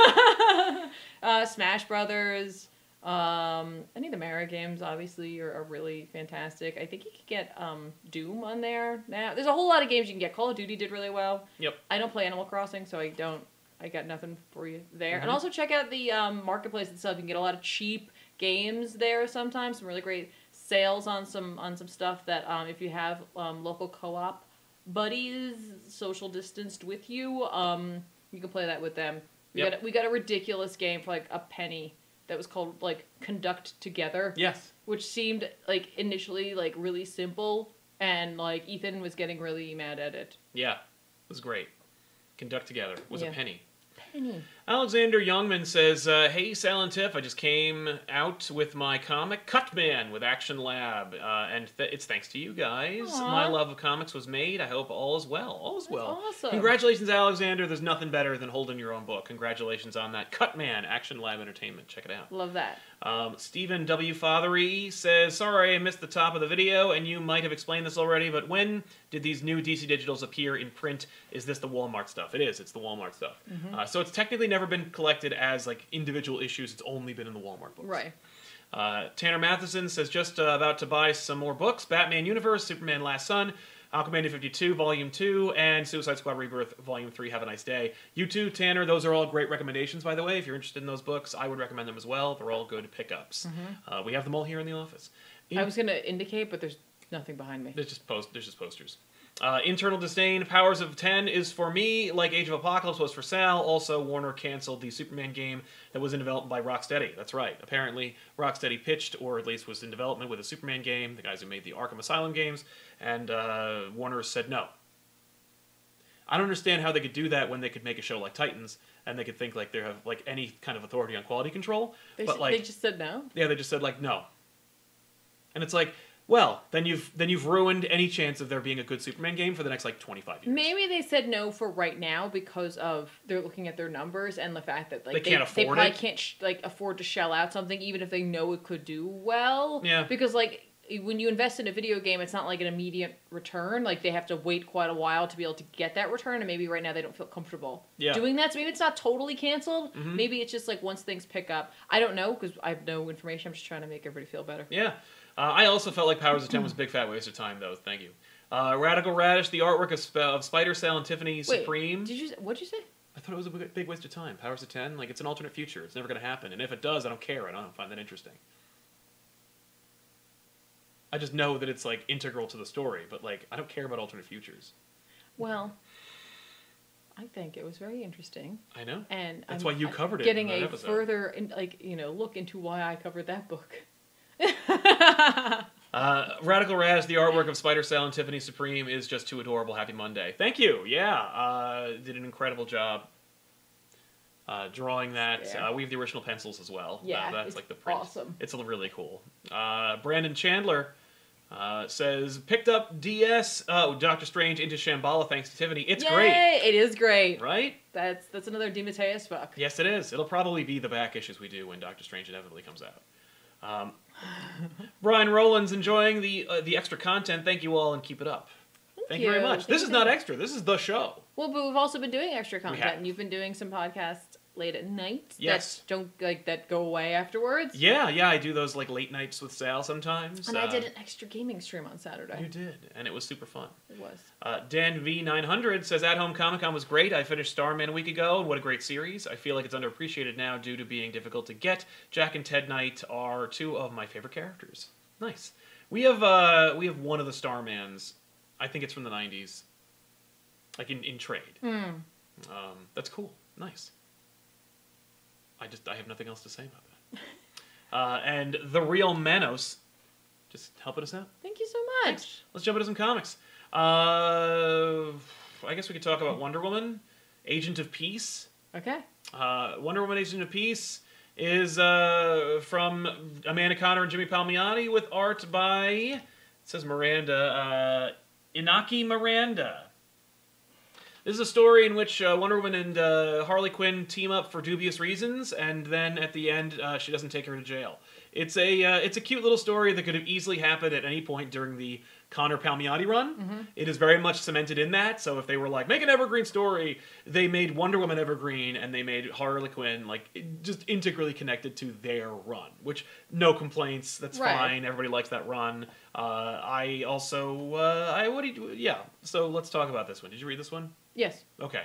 S2: uh, Smash Brothers. Um, any of the Mara games obviously are, are really fantastic. I think you could get um, Doom on there now. There's a whole lot of games you can get. Call of Duty did really well.
S1: Yep.
S2: I don't play Animal Crossing, so I don't. I got nothing for you there.
S1: Mhm.
S2: And also check out the um, marketplace itself. You can get a lot of cheap games there sometimes. Some really great sales on some on some stuff that um, if you have um, local co-op buddies, social distanced with you, um, you can play that with them. We
S1: Yep.
S2: got a, we got a ridiculous game for like a penny that was called like Conduct Together
S1: Yes.
S2: which seemed like initially like really simple and like Ethan was getting really mad at it.
S1: Yeah. It was great. Conduct together was
S2: Yeah.
S1: a penny. Alexander Youngman says, uh, "Hey, Silent Tiff, I just came out with my comic Cutman with Action Lab, uh, and th- it's thanks to you guys.
S2: Aw.
S1: My love of comics was made. I hope all is well. All is
S2: That's
S1: well.
S2: awesome.
S1: Congratulations, Alexander. There's nothing better than holding your own book. Congratulations on that, Cutman Action Lab Entertainment. Check it out."
S2: Love that.
S1: Um, Stephen W. Fothery says, Sorry, I missed the top of the video, and you might have explained this already, but when did these new DC Digitals appear in print? Is this the Walmart stuff? It is, it's the Walmart stuff. Uh, so it's technically never been collected as like individual issues, it's only been in the Walmart books.
S2: Right.
S1: Uh, Tanner Matheson says, Just uh, about to buy some more books Batman Universe, Superman Last Sun. Aquaman 52, Volume 2, and Suicide Squad Rebirth, Volume 3. Have a nice day. You too, Tanner. Those are all great recommendations, by the way. If you're interested in those books, I would recommend them as well. They're all good pickups. Uh, we have them all here in the office.
S2: I was gonna indicate, but there's nothing behind me.
S1: There's just post. There's just posters. Uh, internal disdain. Powers of Ten is for me, like Age of Apocalypse was for Sal. Also, Warner canceled the Superman game that was in development by Rocksteady. That's right. Apparently, Rocksteady pitched, or at least was in development with a Superman game. The guys who made the Arkham Asylum games, and uh, Warner said no. I don't understand how they could do that when they could make a show like Titans and they could think like they have like any kind of authority on quality control.
S2: They,
S1: but
S2: s-
S1: like
S2: they just said no.
S1: yeah, they just said like no. And it's like, well, then you've then you've ruined any chance of there being a good Superman game for the next like 25 years.
S2: Maybe they said no for right now because of they're looking at their numbers and the fact that like
S1: They can't afford
S2: probably
S1: it.
S2: can't sh- like afford to shell out something even if they know it could do well.
S1: Yeah.
S2: Because like when you invest in a video game, it's not like an immediate return. Like they have to wait quite a while to be able to get that return, and maybe right now they don't feel comfortable
S1: Yeah. Mm-hmm.
S2: doing that. So maybe it's not totally canceled. Maybe it's just like once things pick up. I don't know because I have no information. I'm just trying to make everybody feel better.
S1: Yeah. Uh, I also felt like Powers of Ten was a big fat waste of time, though. Thank you. Uh, Radical Radish, the artwork of, Sp- of Spider Cell and Tiffany
S2: Wait,
S1: Supreme.
S2: Did you? What did you say?
S1: I thought it was a big big waste of time. Powers of Ten, like it's an alternate future. It's never going to happen. And if it does, I don't care. I don't find that interesting. I just know that it's like integral to the story, but like I don't care about alternate futures.
S2: Well, I think it was very interesting.
S1: I know.
S2: and
S1: That's
S2: I'm-
S1: why you
S2: I'm
S1: covered it
S2: Getting
S1: in that
S2: a
S1: episode.
S2: further, in, like you know, look into why I covered that book.
S1: Uh, Radical Radish, the artwork of Spider Cell and Tiffany Supreme is just too adorable. Happy Monday. Thank you. Yeah, uh, did an incredible job uh, drawing that.
S2: Fair.
S1: Uh, we have the original pencils as well.
S2: Yeah,
S1: Uh, that's
S2: it's
S1: like the print.
S2: awesome.
S1: It's really cool. Uh, Brandon Chandler uh, says picked up DS. Oh, Doctor Strange into Shambhala thanks to Tiffany. It's great,
S2: Yay! It is great.
S1: right?
S2: That's that's another Demetrius book.
S1: Yes, it is. It'll probably be the back issues we do when Doctor Strange inevitably comes out. Um, Brian Rowland's enjoying the uh, the extra content. Thank you all, and keep it up. Thank, you very
S2: you.
S1: much.
S2: Thank
S1: this
S2: you
S1: is
S2: so
S1: not
S2: much.
S1: extra. This is the show.
S2: Well, but we've also been doing extra
S1: have.
S2: content, and you've been doing some podcasts late at night.
S1: Yes.
S2: That don't like that go away afterwards.
S1: Yeah, yeah. I do those like late nights with Sal sometimes.
S2: And I
S1: Uh,
S2: did an extra gaming stream on
S1: You
S2: Saturday.
S1: did, and it was super fun.
S2: It was.
S1: Uh, Dan V900 says At Home Comic Con was great. I finished Starman a week ago, and what a great series. I feel like it's underappreciated now due to being difficult to get. Jack and Ted Knight are two of my favorite characters. Nice. We have uh, we have one of the Starmans. I think it's from the 90s, like in, in trade.
S2: Hmm.
S1: Um, that's cool. Nice. I just I have nothing else to say about that. Uh, and the real Manos, just helping us out.
S2: Thank you so much.
S1: Let's jump into some comics. Uh, I guess we could talk about Wonder Woman, Agent of Peace.
S2: Okay.
S1: Uh, Wonder Woman, Agent of Peace is uh, from Amanda Connor and Jimmy Palmiotti with art by, it says Miranda, uh, Inaki Miranda. This is a story in which uh, Wonder Woman and uh, Harley Quinn team up for dubious reasons, and then at the end, uh, she doesn't take her to jail. It's a uh, it's a cute little story that could have easily happened at any point during the Connor Palmiotti run. It is very much cemented in that. So if they were like make an evergreen story, they made Wonder Woman evergreen, and they made Harley Quinn like it- just integrally connected to their run. Which no complaints. That's
S2: Right.
S1: fine. Everybody likes that run. Uh, I also uh, I what do you do? Yeah. So let's talk about this one. Did you read this one?
S2: Yes.
S1: Okay.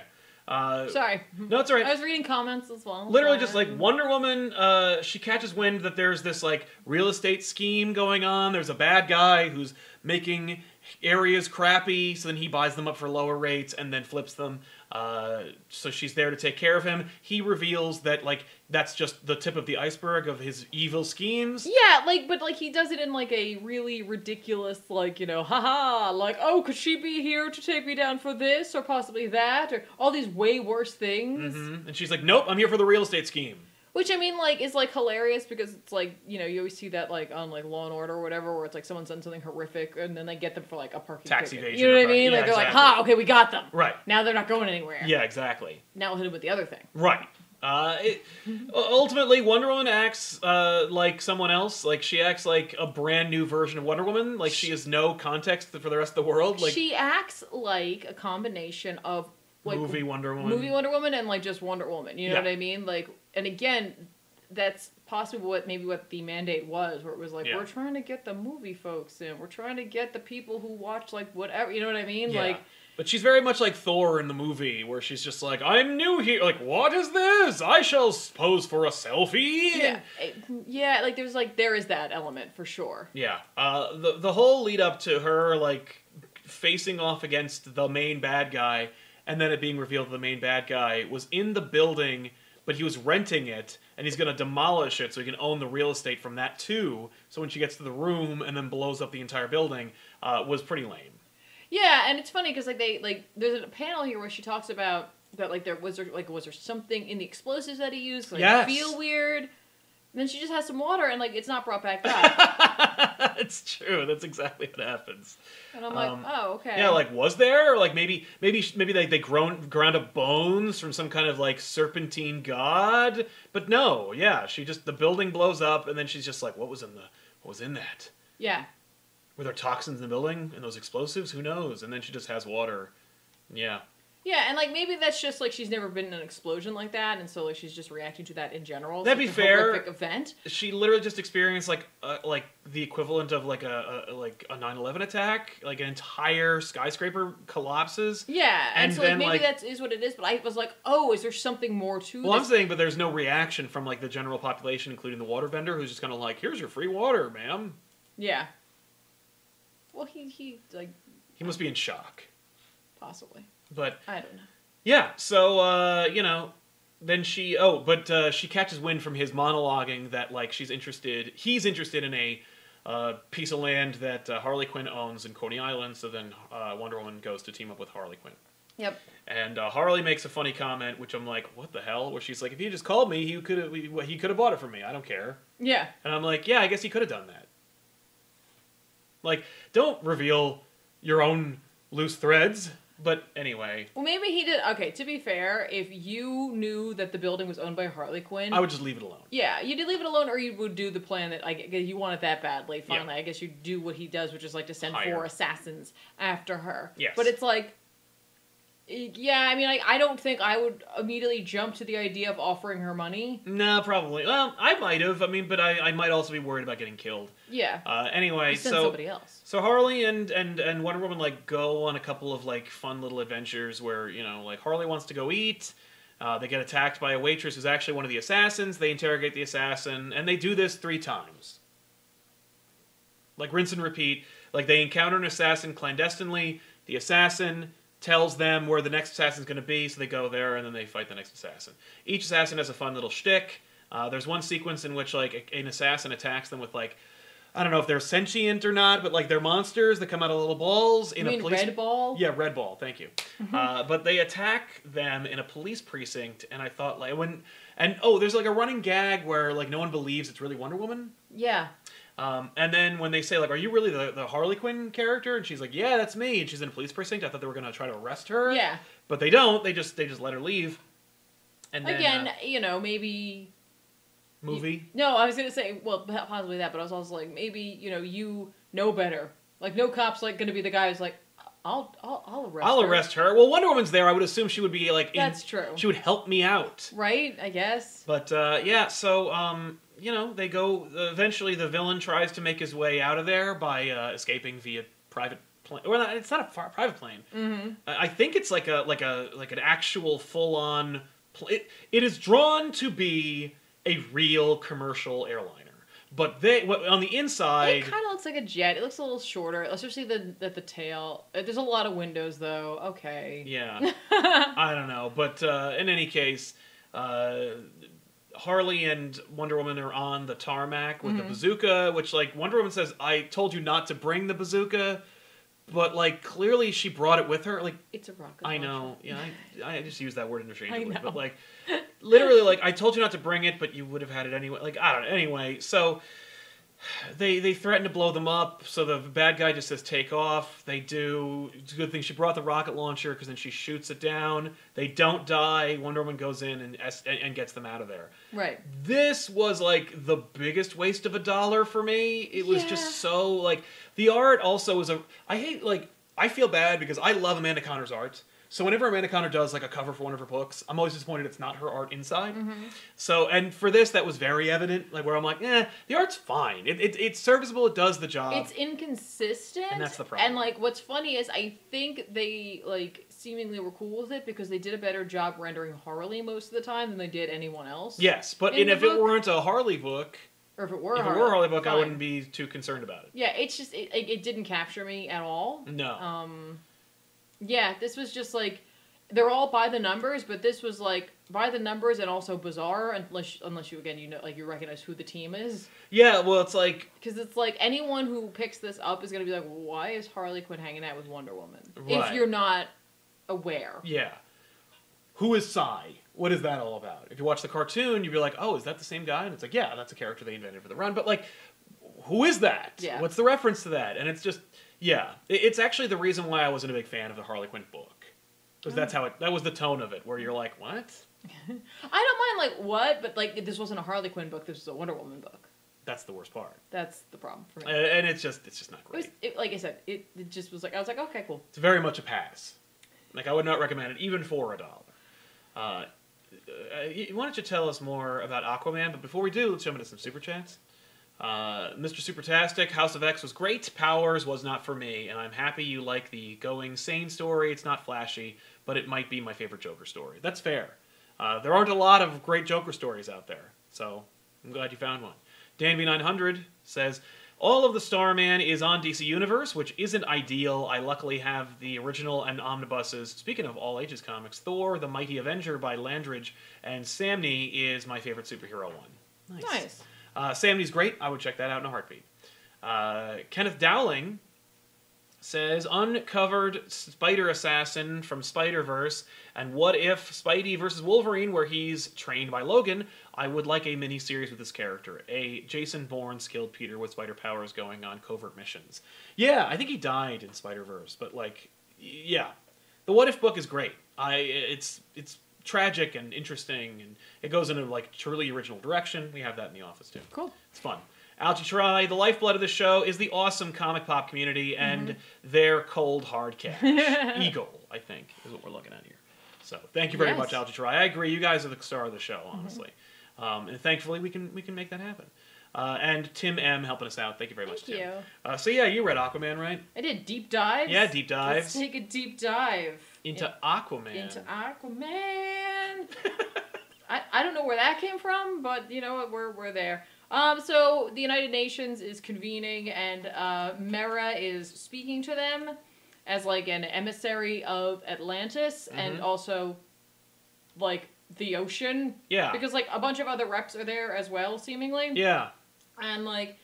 S1: Uh,
S2: Sorry.
S1: No, it's all
S2: I
S1: right.
S2: was reading comments as well.
S1: Literally, just like
S2: Um,
S1: Wonder Woman, uh, she catches wind that there's this like real estate scheme going on. There's a bad guy who's making areas crappy, so then he buys them up for lower rates and then flips them. Uh, so she's there to take care of him. He reveals that like that's just the tip of the iceberg of his evil schemes.
S2: Yeah, like, but like he does it in like a really ridiculous, like you know, haha, like oh, could she be here to take me down for this or possibly that or all these way worse things?
S1: Mhm. And she's like, "Nope, I'm here for the real estate scheme."
S2: Which I mean, like, is like hilarious because it's like you know you always see that like on like Law and Order or whatever where it's like someone's done something horrific and then they get them for like a parking
S1: Tax
S2: ticket.
S1: evasion
S2: You know
S1: or
S2: what I
S1: parking-
S2: mean?
S1: yeah,
S2: like they're
S1: exactly.
S2: like, ha, okay, we got them.
S1: Right.
S2: Now they're not going anywhere.
S1: Yeah, exactly.
S2: Now we'll hit them with the other thing.
S1: Right. Uh, it, ultimately, Wonder Woman acts uh, like someone else. Like she acts like a brand new version of Wonder Woman. Like she has no context for the rest of the world. Like
S2: she acts like a combination of like
S1: movie Wonder Woman.
S2: movie Wonder Woman and like just Wonder Woman. You know
S1: Yeah.
S2: what I mean? Like, and again, that's possibly what maybe what the mandate was, where it was like
S1: Yeah.
S2: we're trying to get the movie folks in, we're trying to get the people who watch like whatever. You know what I mean?
S1: Yeah.
S2: Like,
S1: but she's very much like Thor in the movie, where she's just like, "I'm new here. Like, what is this? I shall s- pose for a selfie."
S2: yeah, it- yeah. Like, there's like there is that element for sure.
S1: Yeah. Uh, the the whole lead up to her like facing off against the main bad guy, and then it being revealed the main bad guy was in the building, but he was renting it, and he's gonna demolish it so he can own the real estate from that too. So when she gets to the room and then blows up the entire building, uh, was pretty lame.
S2: Yeah, and it's funny because like they like there's a panel here where she talks about that like there was there like was there something in the explosives that he used like
S1: Yes.
S2: feel weird. And then she just has some water and like it's not brought back up.
S1: it's true. That's exactly what happens.
S2: and I'm like,
S1: Um,
S2: oh okay.
S1: Yeah, like was there or like maybe maybe maybe they they ground ground up bones from some kind of like serpentine god, but no, yeah, she just the building blows up and then she's just like, what was in the what was in that?
S2: yeah,
S1: Were there toxins in the building and those explosives? Who knows? And then she just has water. Yeah,
S2: yeah, and like maybe that's just like she's never been in an explosion like that, and so like she's just reacting to that in general.
S1: That'd
S2: Such
S1: be
S2: a
S1: fair.
S2: horrific Event.
S1: she literally just experienced like uh, like the equivalent of like a, a like a 9/11 attack, like an entire skyscraper collapses.
S2: Yeah, and,
S1: And
S2: so
S1: then,
S2: like maybe
S1: like-
S2: that's that is what it is. But I was like, oh, is there something more to
S1: Well, I'm
S2: this?
S1: saying, but there's no reaction from like the general population, including the water vendor, who's just kind of like, "Here's your free water, ma'am."
S2: yeah. Well, he he like
S1: He must be in shock.
S2: possibly.
S1: But
S2: I don't know.
S1: yeah, so uh, you know, then she oh, but uh, she catches wind from his monologuing that like she's interested, he's interested in a uh, piece of land that uh, Harley Quinn owns in Coney Island. So then uh, Wonder Woman goes to team up with Harley Quinn.
S2: Yep.
S1: And uh, Harley makes a funny comment, which I'm like, "What the hell?" Where she's like, "If he just called me, he could have he could have bought it from me. I don't care."
S2: Yeah.
S1: And I'm like, yeah, I guess he could have done that. Like, don't reveal your own loose threads. But anyway,
S2: Well, maybe he did. Okay, to be fair, if you knew that the building was owned by Harley Quinn,
S1: I would just leave it alone.
S2: yeah, you did leave it alone, or you would do the plan that I guess you want it that badly.
S1: Yeah.
S2: Finally, I guess you do what he does, which is like to send
S1: Hire.
S2: four assassins after her.
S1: Yes.
S2: but it's like. eh, Yeah, I mean, like, I don't think I would immediately jump to the idea of offering her money.
S1: No, probably. Well, I might have. I mean, but I, I might also be worried about getting killed.
S2: Yeah,
S1: Uh, anyway,
S2: You send
S1: so
S2: somebody else.
S1: so Harley and and and Wonder Woman like go on a couple of like fun little adventures where you know like Harley wants to go eat. Uh, they get attacked by a waitress who's actually one of the assassins. They interrogate the assassin, and they do this three times. Like rinse and repeat. Like they encounter an assassin clandestinely. The assassin tells them where the next assassin's going to be, so they go there, and then they fight the next assassin. Each assassin has a fun little shtick. Uh, there's one sequence in which like a- an assassin attacks them with like I don't know if they're sentient or not, but like they're monsters that come out of little balls in
S2: You
S1: a
S2: mean
S1: police.
S2: red ball? Mm-hmm.
S1: Yeah, Red Ball. Thank you. uh, but they attack them in a police precinct, and I thought like when and oh, there's like a running gag where like no one believes it's really Wonder Woman.
S2: Yeah.
S1: Um, and then when they say like, "Are you really the, the Harley Quinn character?" and she's like, "Yeah, that's me," and she's in a police precinct. I thought they were gonna try to arrest her.
S2: Yeah.
S1: But they don't. They just they just let her leave. And then,
S2: Again,
S1: uh,
S2: you know, maybe
S1: movie.
S2: No, I was gonna say, well, p- possibly that, but I was also like, maybe you know, you know better. Like, no cop's like gonna be the guy who's like, I'll, I'll, I'll arrest.
S1: I'll
S2: her.
S1: arrest her. Well, Wonder Woman's there. I would assume she would be like. In,
S2: That's true.
S1: She would help me out.
S2: Right? I guess.
S1: But uh, yeah, so um, you know, they go. Eventually, the villain tries to make his way out of there by uh, escaping via private plane. Well, not- it's not a far, private plane.
S2: Mm-hmm.
S1: I I think it's like a like a like an actual full on. Pl- it, it is drawn to be a real commercial airliner, but they what- on the
S2: It
S1: inside.
S2: kind of looks like a jet. It looks a little shorter, especially the at the tail. Uh, There's a lot of windows though. Okay.
S1: Yeah, I don't know, but uh, in any case, uh, Harley and Wonder Woman are on the tarmac with the bazooka, which like Wonder Woman says, "I told you not to bring the bazooka," but like clearly she brought it with her. Like
S2: It's a rocket.
S1: I
S2: launcher.
S1: know, yeah, I, I just use that word interchangeably,
S2: know.
S1: but like literally, like I told you not to bring it, but you would have had it anyway. Like I don't know. Anyway, so. They, they threaten to blow them up, so the bad guy just says take off. They do. It's a good thing she brought the rocket launcher because then she shoots it down. They don't die. Wonder Woman goes in and es- and, and gets them out of there.
S2: Right.
S1: This was like the biggest waste of a dollar for me. It was
S2: Yeah.
S1: just so like the art also was a. I hate like I feel bad because I love Amanda Connor's art. So whenever Amanda Connor does like a cover for one of her books, I'm always disappointed it's not her art inside.
S2: Mm-hmm.
S1: So and for this, that was very evident. Like where I'm like, eh, the art's fine. It, it it's serviceable. It does the job.
S2: it's inconsistent
S1: Uh, And that's the problem.
S2: and, like what's funny is i think they like seemingly were cool with it because they did a better job rendering harley most of the time than they did anyone else
S1: yes, but
S2: in
S1: and
S2: the
S1: if it
S2: book-
S1: weren't a Harley book,
S2: or if it were
S1: if it
S2: harley,
S1: were a Harley book, I
S2: fine.
S1: wouldn't be too concerned about it.
S2: yeah it's just it, it, it didn't capture me at all
S1: No.
S2: um yeah this was just like they're all by the numbers but this was like by the numbers and also bizarre unless unless you again you know like you recognize who the team is
S1: yeah, well, it's like
S2: Because it's like anyone who picks this up is going to be like, why is Harley Quinn hanging out with Wonder Woman?
S1: Right.
S2: If you're not aware.
S1: Yeah. who is Psy? What is that all about? If you watch the cartoon, you'd be like, oh, is that the same guy? And it's like, yeah, that's a character they invented for the run. But like, who is that?
S2: Yeah.
S1: What's the reference to that? And it's just, yeah, It- it's actually the reason why I wasn't a big fan of the Harley Quinn book. Because that's how it, that was the tone of it, where you're like, what?
S2: I don't mind like what, but like this wasn't a Harley Quinn book. This was a Wonder Woman book.
S1: That's the worst part.
S2: That's the problem for me.
S1: And, and it's just, it's just not
S2: it
S1: great.
S2: was it, like I said. It, it just was like I was like okay, cool.
S1: It's very much a pass. Like I would not recommend it, even for a dollar. Uh, uh, y- why don't you tell us more about Aquaman? But before we do, let's jump into some super chats. Uh, Mr. Supertastic, House of X was great. Powers was not for me, and I'm happy you like the going sane story. It's not flashy, but it might be my favorite Joker story. That's fair. Uh, there aren't a lot of great Joker stories out there, so I'm glad you found one. Danby900 says, all of the Starman is on DC Universe, which isn't ideal. I luckily have the original and omnibuses. Speaking of all ages comics, Thor, The Mighty Avenger by Landridge, and Samney is my favorite superhero one.
S2: Nice.
S1: Uh, Samney's great. I would check that out in a heartbeat. Uh, Kenneth Dowling says uncovered spider assassin from Spider Verse, and what if Spidey versus Wolverine, where he's trained by Logan? I would like a mini series with this character, a Jason Bourne skilled Peter with spider powers going on covert missions. Yeah, I think he died in Spider Verse, but like, y- yeah, the What If book is great. I it's it's tragic and interesting, and it goes in a like truly original direction. We have that in the office too.
S2: Cool.
S1: It's fun. Algy Try, the lifeblood of the show, is the awesome comic pop community and
S2: Mm-hmm.
S1: their cold hard cash. Eagle, I think, is what we're looking at here. So thank you very
S2: Yes. Mm-hmm.
S1: much, Algy Try. I agree. You guys are the star of the show, honestly. Um, and thankfully, we can we can make that happen. Uh, and Tim M helping us out. Thank you very much,
S2: Thank
S1: Tim.
S2: you.
S1: Uh, so yeah, you read Aquaman, right?
S2: I did deep dives.
S1: Yeah, deep dives.
S2: Let's take a deep dive
S1: Into Aquaman.
S2: in- into Aquaman. I, I don't know where that came from, but you know what? We're, we're there. Um, so the United Nations is convening, and uh, Mera is speaking to them as like an emissary of Atlantis and
S1: Mhm.
S2: also like the ocean.
S1: yeah.
S2: Because like a bunch of other reps are there as well, seemingly
S1: yeah.
S2: and like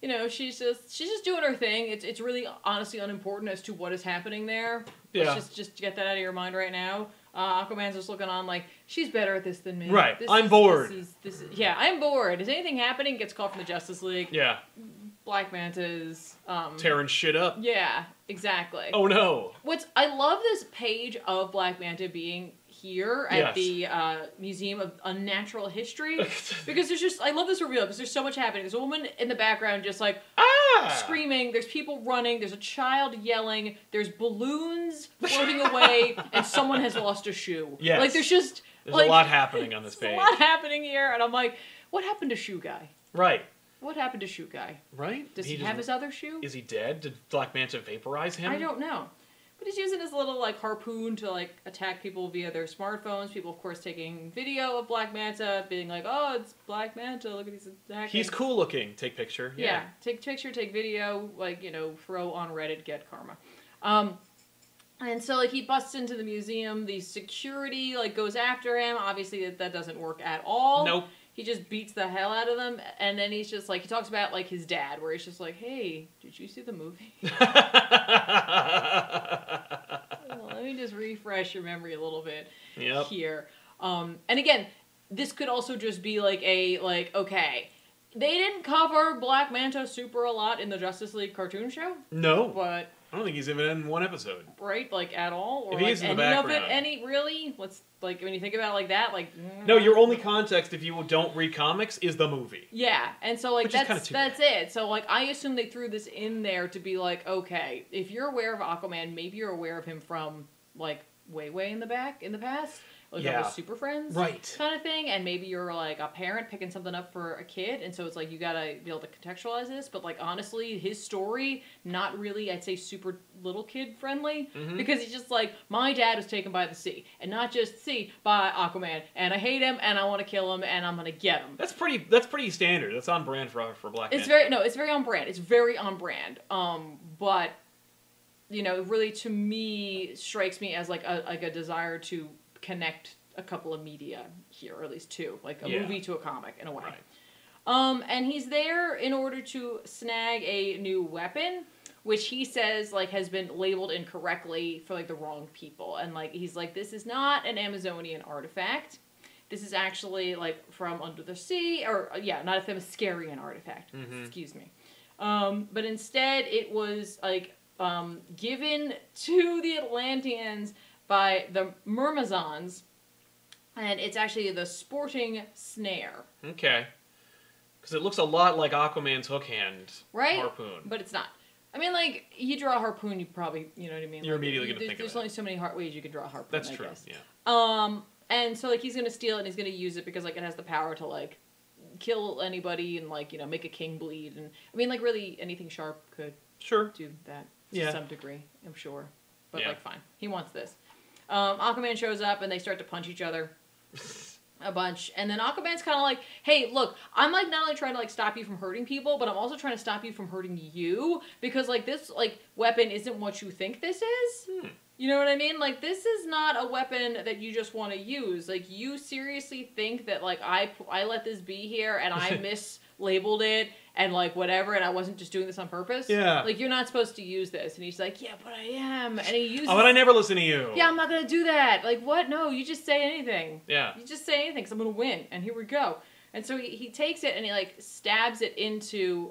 S2: you know she's just she's just doing her thing it's it's really honestly unimportant as to what is happening there
S1: Yeah.
S2: let's just just get that out of your mind right now uh, aquaman's just looking on like she's better at this than me
S1: Right.
S2: This
S1: I'm
S2: is-
S1: bored."
S2: this is, this is- yeah i'm bored is anything happening gets called from the justice league
S1: Yeah.
S2: black mantas um
S1: Tearing shit up.
S2: yeah exactly
S1: Oh no.
S2: What's I love this page of Black Manta being here
S1: Yes.
S2: at the uh, Museum of Unnatural History because there's just I love this reveal because there's so much happening. There's a woman in the background just like
S1: Ah!
S2: screaming. There's people running. There's a child yelling. There's balloons floating away, and someone has lost a shoe.
S1: Yes.
S2: like there's just
S1: There's
S2: like,
S1: a lot happening on this
S2: there's
S1: page.
S2: a lot happening here, and I'm like, what happened to Shoe Guy?
S1: Right.
S2: What happened to Shoe Guy?
S1: Right?
S2: Does he,
S1: just-
S2: have his other shoe?
S1: Is he dead? Did Black Manta vaporize him?
S2: I don't know. But he's using his little like harpoon to like attack people via their smartphones. People, of course, taking video of Black Manta, being like, "Oh, it's Black Manta! Look at these attacking."
S1: He's cool looking. Take picture.
S2: Yeah. take picture, take video, like you know, throw on Reddit, get karma. Um, and so like he busts into the museum. The security like goes after him. Obviously, that, that doesn't work at all.
S1: Nope.
S2: He just beats the hell out of them, and then he's just like he talks about like his dad, where he's just like, "Hey, did you see the movie?" Well, let me just refresh your memory a little bit
S1: yep.
S2: here. Um, and again, this could also just be like a like okay, they didn't cover Black Manta super a lot in the Justice League cartoon show,
S1: No.
S2: but
S1: I don't think he's even in one episode.
S2: right like at all or
S1: If he
S2: like
S1: is in
S2: any
S1: the
S2: of it
S1: background.
S2: any really. Let's like when you think about it like that like
S1: No, your only context if you don't read comics is the movie.
S2: Yeah, and so like
S1: Which is kinda
S2: that's
S1: too
S2: that's it. So like I assume they threw this in there to be like, okay, if you're aware of Aquaman, maybe you're aware of him from like way way in the back in the past, like
S1: Yeah.
S2: all the Super Friends,
S1: Right.
S2: kind of thing, and maybe you're like a parent picking something up for a kid, and so it's like you gotta be able to contextualize this. But like honestly, his story not really, I'd say, super little kid friendly
S1: Mhm.
S2: because he's just like my dad was taken by the sea, and not just sea by Aquaman, and I hate him, and I want to kill him, and I'm gonna get him.
S1: That's pretty. That's pretty standard. That's on brand for for Black.
S2: It's
S1: Manta.
S2: very no, it's very on brand. It's very on brand. Um, but you know, really to me strikes me as like a like a desire to connect a couple of media here, or at least two, like a
S1: Yeah.
S2: movie to a comic in a way.
S1: Right.
S2: Um, and he's there in order to snag a new weapon. which he says like has been labeled incorrectly for like the wrong people and like he's like this is not an amazonian artifact this is actually like from under the sea or uh, yeah not a themiscarian artifact
S1: Mhm.
S2: excuse me um, but instead it was like um, given to the atlanteans by the myrmazons and it's actually the sporting snare
S1: Okay. Because it looks a lot like Aquaman's hook hand
S2: Right?
S1: harpoon.
S2: But it's not. I mean, like you draw a harpoon, you probably you know what I mean.
S1: You're
S2: Like,
S1: immediately
S2: you-
S1: gonna
S2: there's,
S1: think of
S2: There's
S1: it.
S2: only so many har ways you can draw a harpoon.
S1: That's
S2: I
S1: true.
S2: guess.
S1: Yeah.
S2: Um, and so like he's gonna steal it and he's gonna use it because like it has the power to like kill anybody and like you know make a king bleed and I mean like really anything sharp could
S1: Sure.
S2: do that to
S1: Yeah.
S2: some degree, I'm sure. But
S1: Yeah.
S2: like, fine, he wants this. Um, Aquaman shows up and they start to punch each other a bunch, and then Aquaman's kind of like, "Hey, look, I'm like not only trying to like stop you from hurting people, but I'm also trying to stop you from hurting you because like this like weapon isn't what you think this is."
S1: Hmm.
S2: You know what I mean? Like this is not a weapon that you just want to use. Like you seriously think that like I I let this be here and I mislabeled it and like whatever and I wasn't just doing this on purpose?
S1: Yeah.
S2: Like you're not supposed to use this. And he's like, "Yeah, but I am." And he uses
S1: Oh, but I never listen to you.
S2: Yeah, I'm not going to do that. Like what? No, you just say anything.
S1: Yeah.
S2: You just say anything cuz I'm going to win. And here we go. And so he, he takes it and he like stabs it into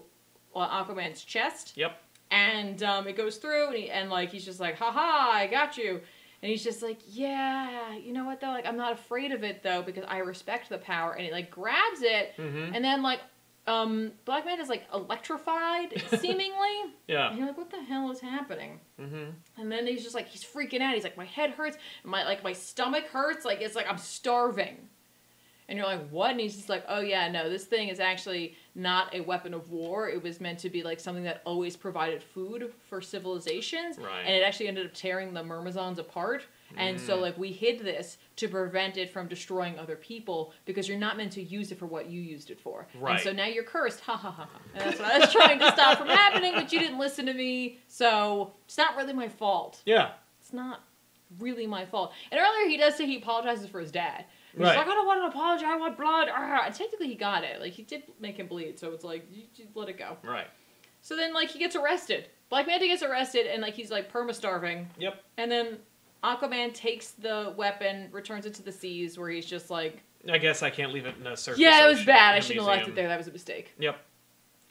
S2: uh, Aquaman's chest
S1: Yep.
S2: and um, it goes through and, he, and like he's just like "Ha ha, i got you and he's just like yeah you know what though like i'm not afraid of it though because i respect the power and he like grabs it
S1: Mm-hmm.
S2: and then like um black man is like electrified seemingly and
S1: Yeah.
S2: you're like what the hell is happening
S1: Mm-hmm.
S2: and then he's just like he's freaking out he's like my head hurts my like my stomach hurts like it's like i'm starving and you're like what and he's just like oh yeah no this thing is actually not a weapon of war it was meant to be like something that always provided food for civilizations
S1: Right.
S2: and it actually ended up tearing the myrmazons apart and so
S1: Mm.
S2: like we hid this to prevent it from destroying other people because you're not meant to use it for what you used it for and
S1: Right.
S2: so now you're cursed ha ha ha ha and that's what i was trying to stop from happening but you didn't listen to me so it's not really my fault
S1: Yeah.
S2: it's not really my fault. And earlier he does say he apologizes for his dad. He's
S1: Right.
S2: like, I don't want an apology. I want blood. Arrgh. And technically, he got it. Like he did make him bleed, so it's like you, you let it go.
S1: Right.
S2: So then, like he gets arrested. Black Manta gets arrested, and like he's like perma starving.
S1: Yep.
S2: And then Aquaman takes the weapon, returns it to the seas, where he's just like,
S1: I guess I can't leave it in a surface.
S2: Yeah, it
S1: ocean-
S2: was bad.
S1: in
S2: I
S1: a
S2: shouldn't have left it
S1: museum.
S2: there. That was a mistake.
S1: Yep.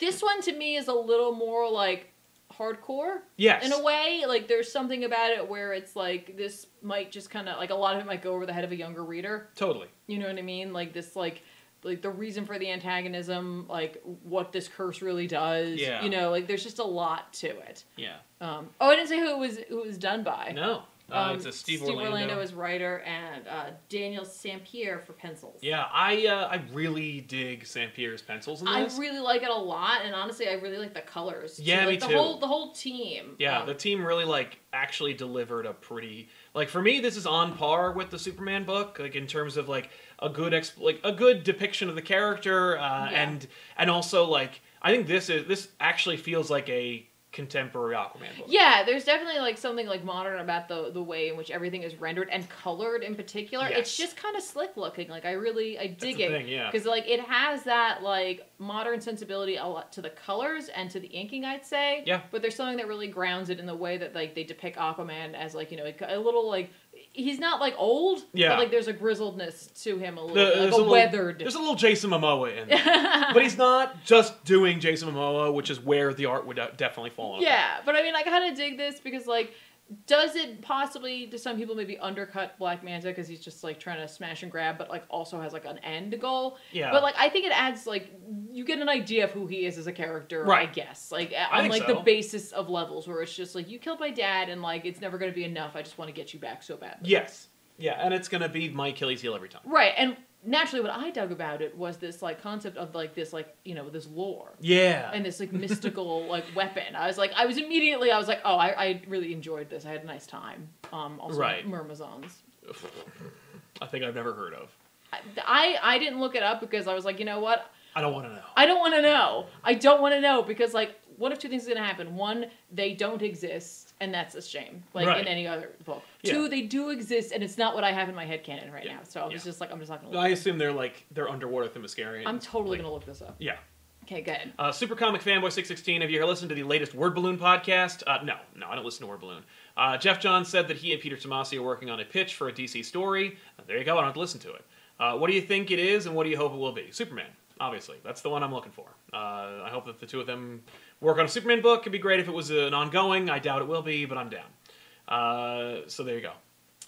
S2: This one to me is a little more like hardcore.
S1: Yes.
S2: in a way like there's something about it where it's like this might just kind of like a lot of it might go over the head of a younger reader
S1: Totally.
S2: you know what i mean like this like like the reason for the antagonism like what this curse really does
S1: Yeah.
S2: you know like there's just a lot to it
S1: Yeah.
S2: um oh i didn't say who it was who it was done by
S1: No. Uh,
S2: um,
S1: it's a Steve, Orlando.
S2: is writer and uh, daniel sampier for pencils
S1: Yeah, I uh, I really dig Saint Pierre's pencils in
S2: I
S1: this.
S2: really like it a lot, and honestly, I really like the colors.
S1: Yeah,
S2: like,
S1: me
S2: the
S1: too.
S2: Whole, the whole team.
S1: Yeah,
S2: um,
S1: the team really like actually delivered a pretty like for me this is on par with the Superman book like in terms of like a good exp- like a good depiction of the character uh,
S2: Yeah.
S1: and and also like I think this is this actually feels like a contemporary Aquaman book.
S2: Yeah, there's definitely like something like modern about the the way in which everything is rendered and colored in particular. It's
S1: Yes.
S2: just kind of slick looking. Like I really I
S1: That's
S2: dig
S1: the
S2: it
S1: thing, yeah.
S2: because like it has that like modern sensibility a lot to the colors and to the inking. I'd say.
S1: Yeah.
S2: But there's something that really grounds it in the way that like they depict Aquaman as like you know like, a little like he's not like old.
S1: Yeah.
S2: But like there's a grizzledness to him a little
S1: The-
S2: bit, like
S1: there's
S2: a,
S1: a little-
S2: weathered.
S1: There's a little Jason Momoa in there. but he's not just doing Jason Momoa, which is where the art would de- definitely fall on.
S2: Yeah, but I mean, I kind of dig this because, like, does it possibly to some people maybe undercut Black Manta because he's just like trying to smash and grab, but like also has like an end goal.
S1: Yeah.
S2: But like, I think it adds like you get an idea of who he is as a character. I
S1: Right.
S2: guess like on
S1: think
S2: like the
S1: so.
S2: basis of levels where it's just like you killed my dad and like it's never gonna be enough. I just want to get you back so badly.
S1: Yes. Yeah, and it's gonna be my Achilles heel every time.
S2: Right, and naturally, what I dug about it was this like concept of like this like you know this lore.
S1: Yeah.
S2: and this like mystical like weapon. I was like, I was immediately, I was like, oh, I, I really enjoyed this. I had a nice time. Um, also
S1: Right.
S2: Myrmazons.
S1: I think I've never heard of.
S2: I, I I didn't look it up because I was like, you know what?
S1: I don't want to know.
S2: I don't want to know. I don't want to know because like, what if two things are gonna happen? One, they don't exist, and that's a shame. Like in
S1: Right.
S2: any other book.
S1: Yeah.
S2: Two, they do exist, and it's not what I have in my head canon right
S1: Yeah.
S2: now. So I was
S1: Yeah.
S2: just like, I'm just not gonna.
S1: I assume they're like they're underwater Themiscarian.
S2: I'm totally
S1: Like,
S2: gonna look this up.
S1: Yeah.
S2: Okay, good.
S1: Uh, Super Comic Fanboy six sixteen. Have you ever listened to the latest Word Balloon podcast? Uh, no, no, I don't listen to Word Balloon. Uh, Jeff John said that he and Peter Tomasi are working on a pitch for a DC story. Uh, there you go. I don't have to listen to it. Uh, what do you think it is, and what do you hope it will be? Superman, obviously. That's the one I'm looking for. Uh, I hope that the two of them work on a Superman book. It'd be great if it was an ongoing. I doubt it will be, but I'm down. Uh, so there you go.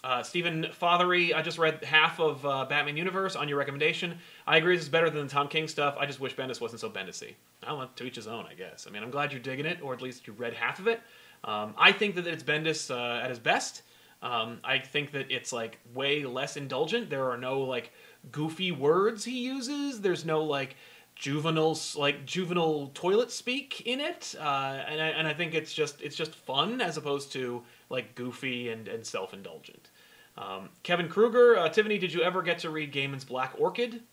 S1: Uh, Stephen Fothery, I just read half of uh, Batman Universe on your recommendation. I agree this is better than the Tom King stuff. I just wish Bendis wasn't so Bendisy. I want to each his own, I guess. I mean, I'm glad you're digging it, or at least you read half of it. Um, I think that it's Bendis uh, at his best. Um, I think that it's like way less indulgent. There are no like goofy words he uses. There's no like juvenile like juvenile toilet speak in it, uh, and I, and I think it's just it's just fun as opposed to like goofy and and self indulgent. Um, Kevin Kruger, uh, Tiffany, did you ever get to read Gaiman's Black Orchid?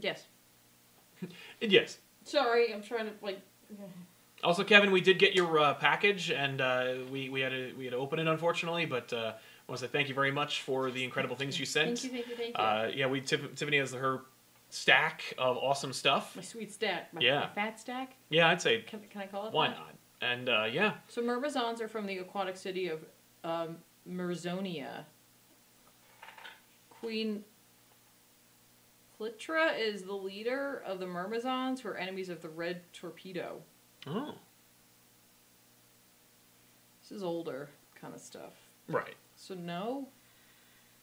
S2: Yes.
S1: Yes.
S2: Sorry, I'm trying to like.
S1: Also, Kevin, we did get your uh, package, and uh, we we had to we had to open it unfortunately, but. Uh, I want to say thank you very much for the incredible things you sent.
S2: Thank you, thank you, thank you.
S1: Uh, yeah, we Tiff- Tiffany has her stack of awesome stuff.
S2: my sweet stack, my,
S1: yeah.
S2: my fat stack.
S1: Yeah, I'd say
S2: Can, can I call it?
S1: why
S2: that?
S1: not? And uh, yeah,
S2: So Merbazons are from the aquatic city of um, Merzonia. Queen Clitra is the leader of the Myrmazons, who are enemies of the Red Torpedo.
S1: oh
S2: This is older kind of stuff.
S1: right.
S2: So no,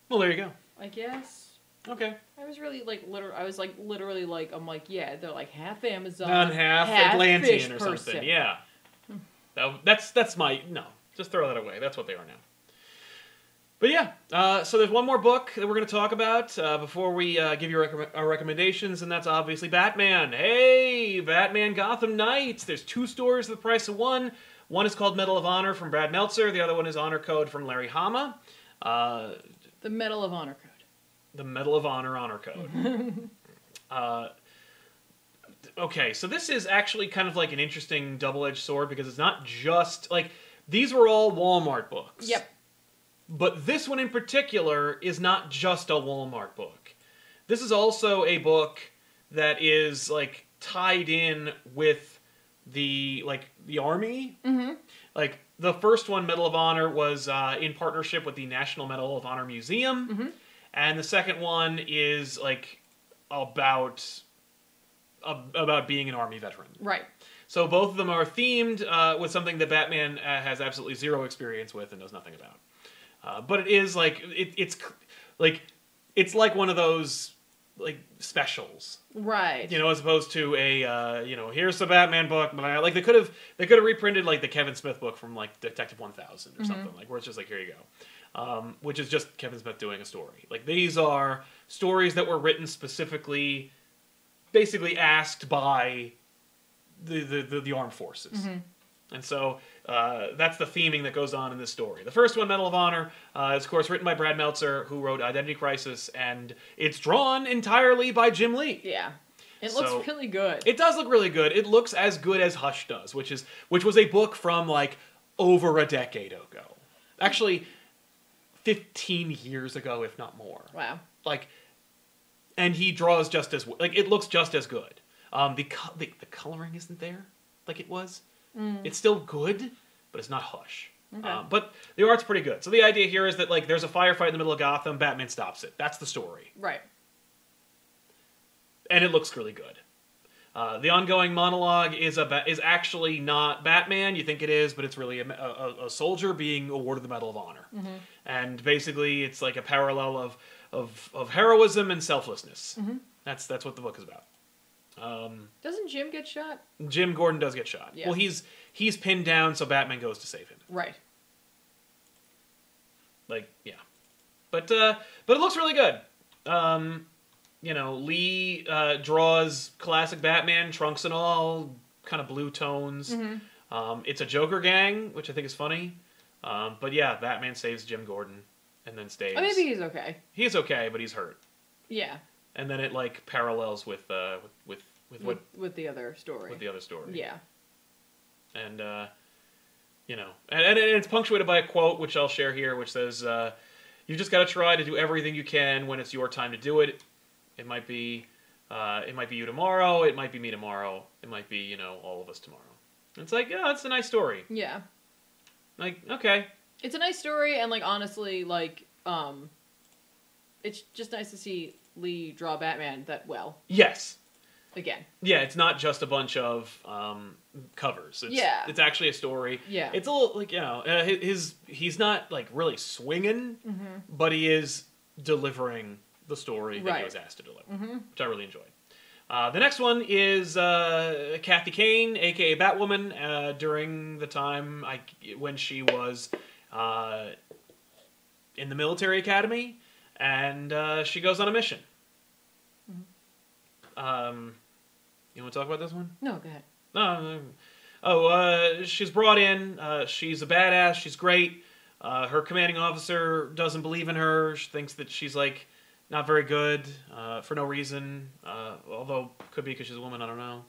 S1: Well, there you go.
S2: I guess.
S1: Okay,
S2: I was really like liter I was like literally like I'm like yeah they're like half Amazon,
S1: non half
S2: fish
S1: Atlantean or something.
S2: person.
S1: Yeah, that, that's that's my no. Just throw that away. That's what they are now. But yeah, uh, so there's one more book that we're going to talk about uh, before we uh, give you rec- our recommendations, and that's obviously Batman. Hey, Batman Gotham Knights. There's two stories for the price of one. One is called Medal of Honor from Brad Meltzer. The other one is Honor Code from Larry Hama. Uh,
S2: The Medal of Honor code.
S1: the Medal of Honor honor code. uh, okay, so this is actually kind of like an interesting double-edged sword because it's not just like these were all Walmart books.
S2: Yep.
S1: But this one in particular is not just a Walmart book. This is also a book that is like tied in with the like the army. Mm-hmm. Like the first one, Medal of Honor, was uh, in partnership with the National Medal of Honor Museum, and the second one is like about ab- about being an army veteran.
S2: Right.
S1: So both of them are themed uh, with something that Batman uh, has absolutely zero experience with and knows nothing about. Uh, but it is like it, it's c- like it's like one of those like specials,
S2: Right.
S1: you know, as opposed to a uh, you know here's the Batman book. But I, like they could have they could have reprinted like the Kevin Smith book from like Detective One Thousand or something like where it's just like here you go, um, which is just Kevin Smith doing a story. Like these are stories that were written specifically, basically asked by the the, the, the armed forces. And so uh, that's the theming that goes on in this story. The first one, Medal of Honor, uh, is of course written by Brad Meltzer, who wrote Identity Crisis, and it's drawn entirely by Jim Lee.
S2: Yeah. It looks
S1: So-
S2: really good.
S1: It does look really good. It looks as good as Hush does, which is which was a book from like over a decade ago. Actually, 15 years ago if not more.
S2: wow.
S1: Like and he draws just as like it looks just as good. Um the co- the, the coloring isn't there like it was. It's still good, but it's not Hush.
S2: Okay.
S1: Um, but the art's pretty good. So the idea here is that like there's a firefight in the middle of Gotham, Batman stops it. That's the story
S2: Right.
S1: and it looks really good. Uh, the ongoing monologue is a ba- is actually not Batman. You think it is, but it's really a, a, a soldier being awarded the Medal of Honor. And basically, it's like a parallel of of, of heroism and selflessness. That's that's what the book is about.
S2: Doesn't Jim get shot?
S1: Jim Gordon does get shot.
S2: Yeah.
S1: Well, he's he's pinned down, so Batman goes to save him.
S2: Right.
S1: like yeah but uh but it looks really good um you know lee uh draws classic batman trunks and all kind of blue tones
S2: Mm-hmm.
S1: um it's a joker gang which i think is funny um but yeah batman saves jim gordon and then stays
S2: Oh, maybe he's okay.
S1: he's okay but he's hurt
S2: Yeah.
S1: and then it like parallels with uh with with, with what
S2: With, with the other story.
S1: with the other story
S2: yeah.
S1: and uh, you know, and, and it's punctuated by a quote which I'll share here, which says, uh, "You've just got to try to do everything you can when it's your time to do it. It might be Uh, it might be you tomorrow. It might be me tomorrow. It might be you know all of us tomorrow. And it's like, yeah, that's a nice story.
S2: Yeah.
S1: Like, okay,
S2: It's a nice story, and like honestly, like um, it's just nice to see Lee draw Batman that well
S1: yes,
S2: again.
S1: yeah. It's not just a bunch of um, covers. It's,
S2: Yeah.
S1: it's actually a story.
S2: Yeah.
S1: it's a little like you know uh, hi- his he's not like really swinging, but he is delivering the story that he
S2: Right.
S1: was asked to deliver, which I really enjoyed. Uh, the next one is uh, Kathy Kane, aka Batwoman, uh, during the time I, when she was uh, in the military academy, and uh, she goes on a mission. Um, you want to talk about this one?
S2: No, go ahead.
S1: No. Oh, uh, she's brought in. Uh, she's a badass. She's great. Uh, her commanding officer doesn't believe in her. She thinks that she's like not very good uh, for no reason. Uh, although could be because she's a woman. I don't know.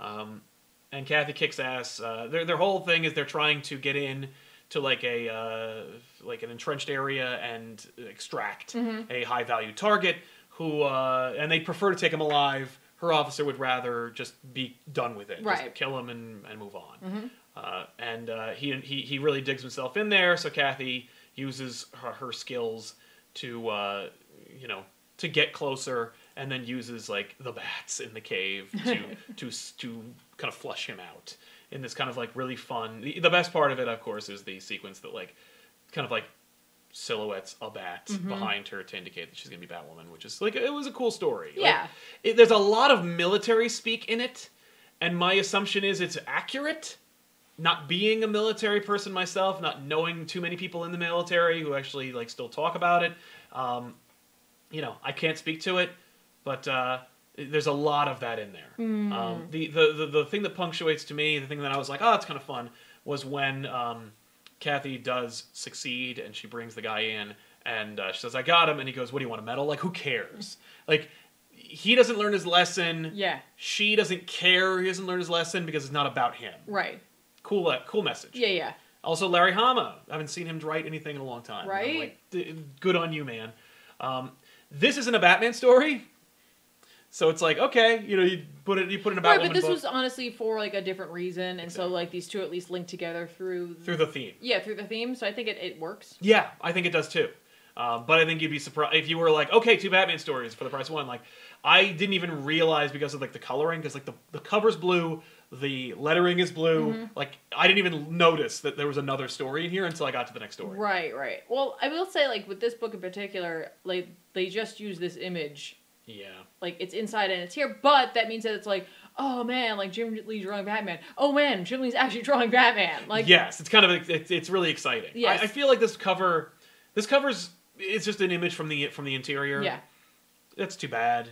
S1: Um, and Kathy kicks ass. Uh, their their whole thing is they're trying to get in to like a uh, like an entrenched area and extract a high value target who uh, and they prefer to take him alive. Her officer would rather just be done with it,
S2: Right.
S1: just kill him and, and move on. Uh, and uh, he, he he really digs himself in there. So Kathy uses her, her skills to uh, you know to get closer, and then uses like the bats in the cave to to s- to kind of flush him out in this kind of like really fun. The, the best part of it, of course, is the sequence that like kind of like silhouettes a bat behind her to indicate that she's gonna be Batwoman, which is like it was a cool story. Like,
S2: Yeah.
S1: it, there's a lot of military speak in it, and my assumption is it's accurate. Not being a military person myself, not knowing too many people in the military who actually like still talk about it, um, you know, I can't speak to it, but uh, there's a lot of that in there. Um, the, the, the the thing that punctuates to me, the thing that I was like, oh, it's kind of fun, was when um, Kathy does succeed and she brings the guy in and uh, she says, I got him, and he goes, What do you want a medal? Like, who cares? Like, he doesn't learn his lesson.
S2: Yeah.
S1: She doesn't care. He doesn't learn his lesson because it's not about him.
S2: Right.
S1: Cool, uh, cool message.
S2: Yeah. Yeah.
S1: Also, Larry Hama. I haven't seen him write anything in a long time. And I'm
S2: Right?
S1: like, D- good on you, man. Um, this isn't a Batman story, so it's like okay, you know, you put it, you put in a Batwoman
S2: right, but this
S1: book
S2: was honestly for like a different reason, and so
S1: Exactly.
S2: like these two at least link together through.
S1: through the theme.
S2: yeah, through the theme. So I think it, it works.
S1: Yeah, I think it does too. Um, but I think you'd be surprised if you were like, okay, two Batman stories for the price of one. Like, I didn't even realize because of like the coloring, because like the the cover's blue, the lettering is blue.
S2: Mm-hmm.
S1: Like, I didn't even notice that there was another story in here until I got to the next story.
S2: Right. Right. Well, I will say like with this book in particular, like they just use this image
S1: Yeah.
S2: like it's inside and it's here, but that means that it's like, oh man, like Jim Lee drawing Batman. Oh man, Jim Lee's actually drawing Batman. Like
S1: yes, it's kind of it's, it's really exciting.
S2: Yes.
S1: I, I feel like this cover, this covers it's just an image from the from the interior.
S2: yeah.
S1: that's too bad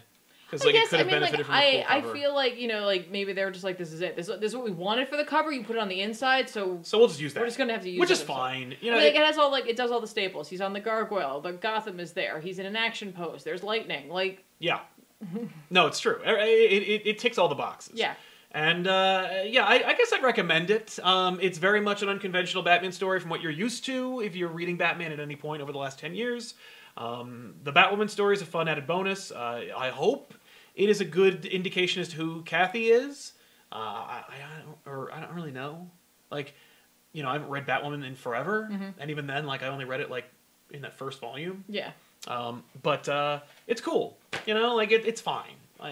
S1: because
S2: I
S1: like it
S2: guess
S1: could
S2: I
S1: have
S2: mean
S1: benefited
S2: like
S1: from a
S2: I,
S1: cool
S2: I
S1: cover.
S2: feel like, you know, like maybe they were just like this is it. This this is what we wanted for the cover, you put it on the inside, so
S1: so we'll just use that.
S2: we're just gonna have to use
S1: which
S2: it
S1: is
S2: as well.
S1: fine. You
S2: I
S1: know,
S2: mean, like
S1: it-
S2: it has all like it does all the staples. He's on the gargoyle, the Gotham is there, he's in an action pose, there's lightning, like
S1: yeah. No, it's true. It, it, it- it ticks all the boxes.
S2: yeah.
S1: And uh, yeah, I, I guess I'd recommend it. Um, it's very much an unconventional Batman story from what you're used to if you're reading Batman at any point over the last 10 years. Um, the Batwoman story is a fun added bonus. Uh, I hope it is a good indication as to who Kathy is. Uh, I, I, I don't, or I don't really know. Like, you know, I haven't read Batwoman in forever. And even then, like, I only read it, like, in that first volume.
S2: Yeah.
S1: Um, but uh, it's cool, you know, like it, it's fine. I,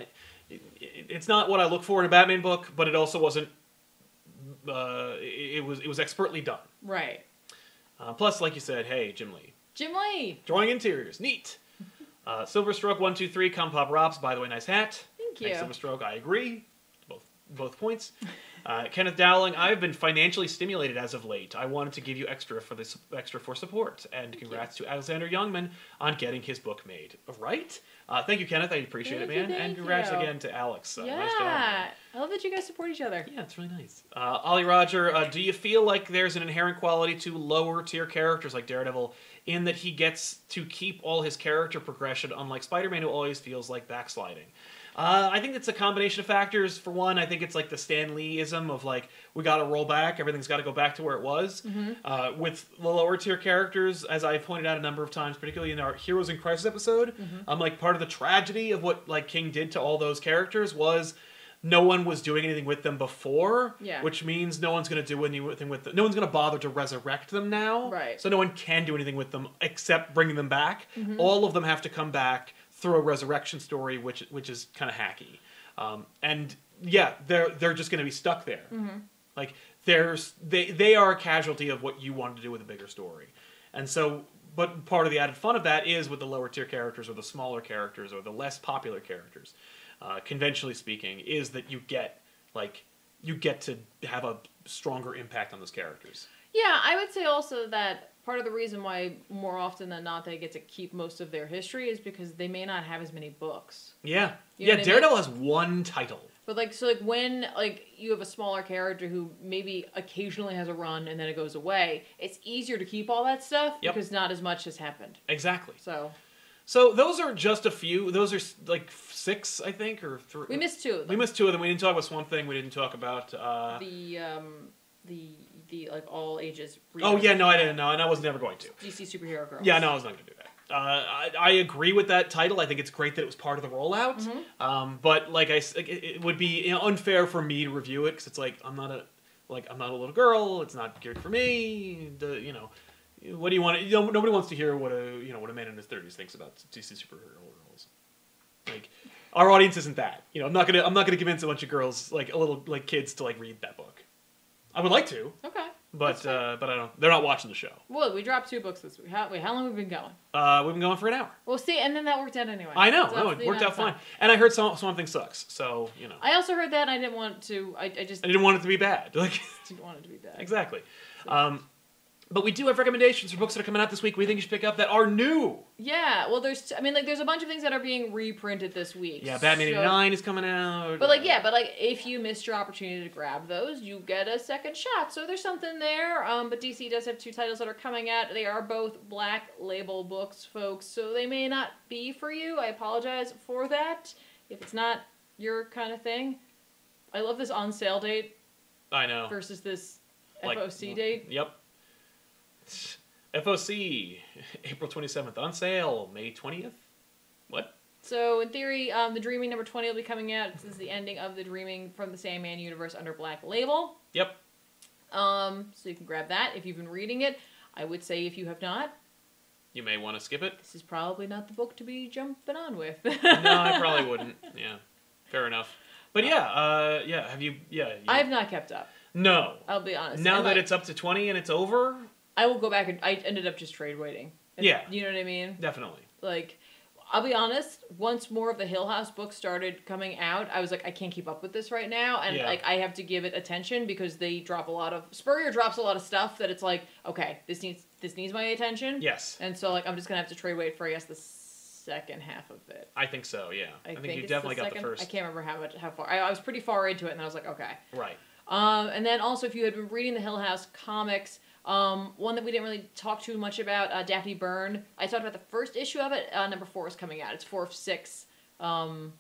S1: it, it- it's not what I look for in a Batman book, but it also wasn't. Uh, it, it was it was expertly done.
S2: Right.
S1: Uh, plus, like you said, hey Jim Lee,
S2: Jim Lee.
S1: drawing interiors, neat. Uh, Silverstroke one two three, come pop Robs. By the way, nice hat.
S2: Thank
S1: Thanks,
S2: you.
S1: Silverstroke. I agree. Both both points. Uh, Kenneth Dowling, I've been financially stimulated as of late. I wanted to give you extra for this extra for support, and congrats to Alexander Youngman on getting his book made. Right? Uh, thank you, Kenneth. I appreciate
S2: Thank
S1: it,
S2: you,
S1: man. and
S2: thank
S1: congrats
S2: you.
S1: again to Alex. Uh,
S2: yeah.
S1: Nice job. man.
S2: I love that you guys support each other.
S1: Yeah, it's really nice. Uh, Ollie Roger, uh, do you feel like there's an inherent quality to lower tier characters like Daredevil in that he gets to keep all his character progression, unlike Spider Man, who always feels like backsliding? Uh, I think it's a combination of factors. For one, I think it's like the Stan Lee ism of like, we got to roll back, everything's got to go back to where it was. Uh, with the lower tier characters, as I've pointed out a number of times, particularly in our Heroes in Crisis episode, I'm like, part of of the tragedy of what like King did to all those characters was no one was doing anything with them before,
S2: Yeah.
S1: which means no one's going to do anything with them. No one's going to bother to resurrect them now.
S2: Right.
S1: So no one can do anything with them except bringing them back. All of them have to come back through a resurrection story, which which is kind of hacky. Um, and yeah, they're they're just going to be stuck there. Like there's they they are a casualty of what you wanted to do with a bigger story, and so. But part of the added fun of that is with the lower tier characters or the smaller characters or the less popular characters, uh, conventionally speaking, is that you get like you get to have a stronger impact on those characters.
S2: Yeah, I would say also that part of the reason why more often than not they get to keep most of their history is because they may not have as many books.
S1: Yeah,
S2: You know what I
S1: yeah.
S2: mean?
S1: Daredevil has one title.
S2: But like so like when like you have a smaller character who maybe occasionally has a run and then it goes away, it's easier to keep all that stuff
S1: Yep.
S2: because not as much has happened.
S1: Exactly.
S2: So
S1: So those are just a few. Those are like six, I think, or three.
S2: we missed two of
S1: We
S2: them.
S1: missed two of them. We didn't talk about Swamp Thing. We didn't talk about. Uh...
S2: the um the the like all ages
S1: Oh
S2: readers.
S1: yeah, no, I didn't know, and I was never going to.
S2: DC superhero girls.
S1: Yeah, no, I was not going to do that. Uh, I, I agree with that title. I think it's great that it was part of the rollout. Um, but like I, s- like, it, it would be you know, unfair for me to review it because it's like I'm not a, like I'm not a little girl. It's not geared for me. The, you know, what do you want? You know, nobody wants to hear what a you know what a man in his thirties thinks about DC superhero roles. Like our audience isn't that. You know, I'm not gonna I'm not gonna convince a bunch of girls like a little like kids to like read that book. I would like to,
S2: Okay.
S1: but uh, but I don't. They're not watching the show.
S2: Well, we dropped two books this week. How, wait, how long have we been going?
S1: Uh, we've been going for an hour.
S2: Well, see, and then that worked out anyway.
S1: I know.
S2: So
S1: No,
S2: that's
S1: it
S2: the
S1: worked
S2: amount
S1: out
S2: of time.
S1: fine. And I heard Swamp, Swamp Thing sucks, so you know, I,
S2: I also heard that and I didn't want to. I, I just
S1: didn't want it to be bad. Like
S2: didn't want it to be bad.
S1: exactly. Um, but we do have recommendations for books that are coming out this week. We think you should pick up that are new.
S2: Yeah. Well, there's. I mean, like, there's a bunch of things that are being reprinted this week.
S1: Yeah, Batman
S2: so-
S1: eighty nine is coming out.
S2: But like, yeah, but like, if you missed your opportunity to grab those, you get a second shot. So there's something there. Um, but DC does have two titles that are coming out. They are both black label books, folks. So they may not be for you. I apologize for that. If it's not your kind of thing, I love this on sale date
S1: I know.
S2: versus this
S1: Like,
S2: FOC date.
S1: Yep. FOC, April twenty seventh on sale, May twentieth. What?
S2: So in theory, um, the Dreaming number twenty will be coming out. This is the ending of the Dreaming from the Sandman universe under Black Label.
S1: Yep.
S2: Um, so you can grab that if you've been reading it. I would say if you have not,
S1: You may want to skip it.
S2: this is probably not the book to be jumping on with. no,
S1: No, I probably wouldn't. Yeah, fair enough. But yeah, uh, yeah. Have you? Yeah. you-
S2: I've not kept up.
S1: no.
S2: I'll be honest.
S1: Now
S2: And,
S1: that
S2: like,
S1: it's up to twenty and it's over,
S2: I will go back and I ended up just trade waiting. If-
S1: Yeah.
S2: you know what I mean.
S1: Definitely.
S2: Like, I'll be honest. Once more of the Hill House books started coming out, I was like, I can't keep up with this right now, and
S1: Yeah.
S2: like I have to give it attention because they drop a lot of Spurrier drops a lot of stuff that it's like, okay, this needs this needs my attention.
S1: Yes,
S2: And so like I'm just gonna have to trade wait for I guess the second half of it.
S1: I think so. Yeah, I, think, you
S2: it's
S1: definitely got
S2: second-
S1: the
S2: I
S1: first
S2: can't remember how much, how far. I, I was pretty far into it, and I was like, okay.
S1: right.
S2: Um, and then also, if you had been reading the Hill House comics, um, one that we didn't really talk too much about, uh, Daphne Byrne. I talked about the first issue of it. Uh, number four is coming out. It's four of six. Um,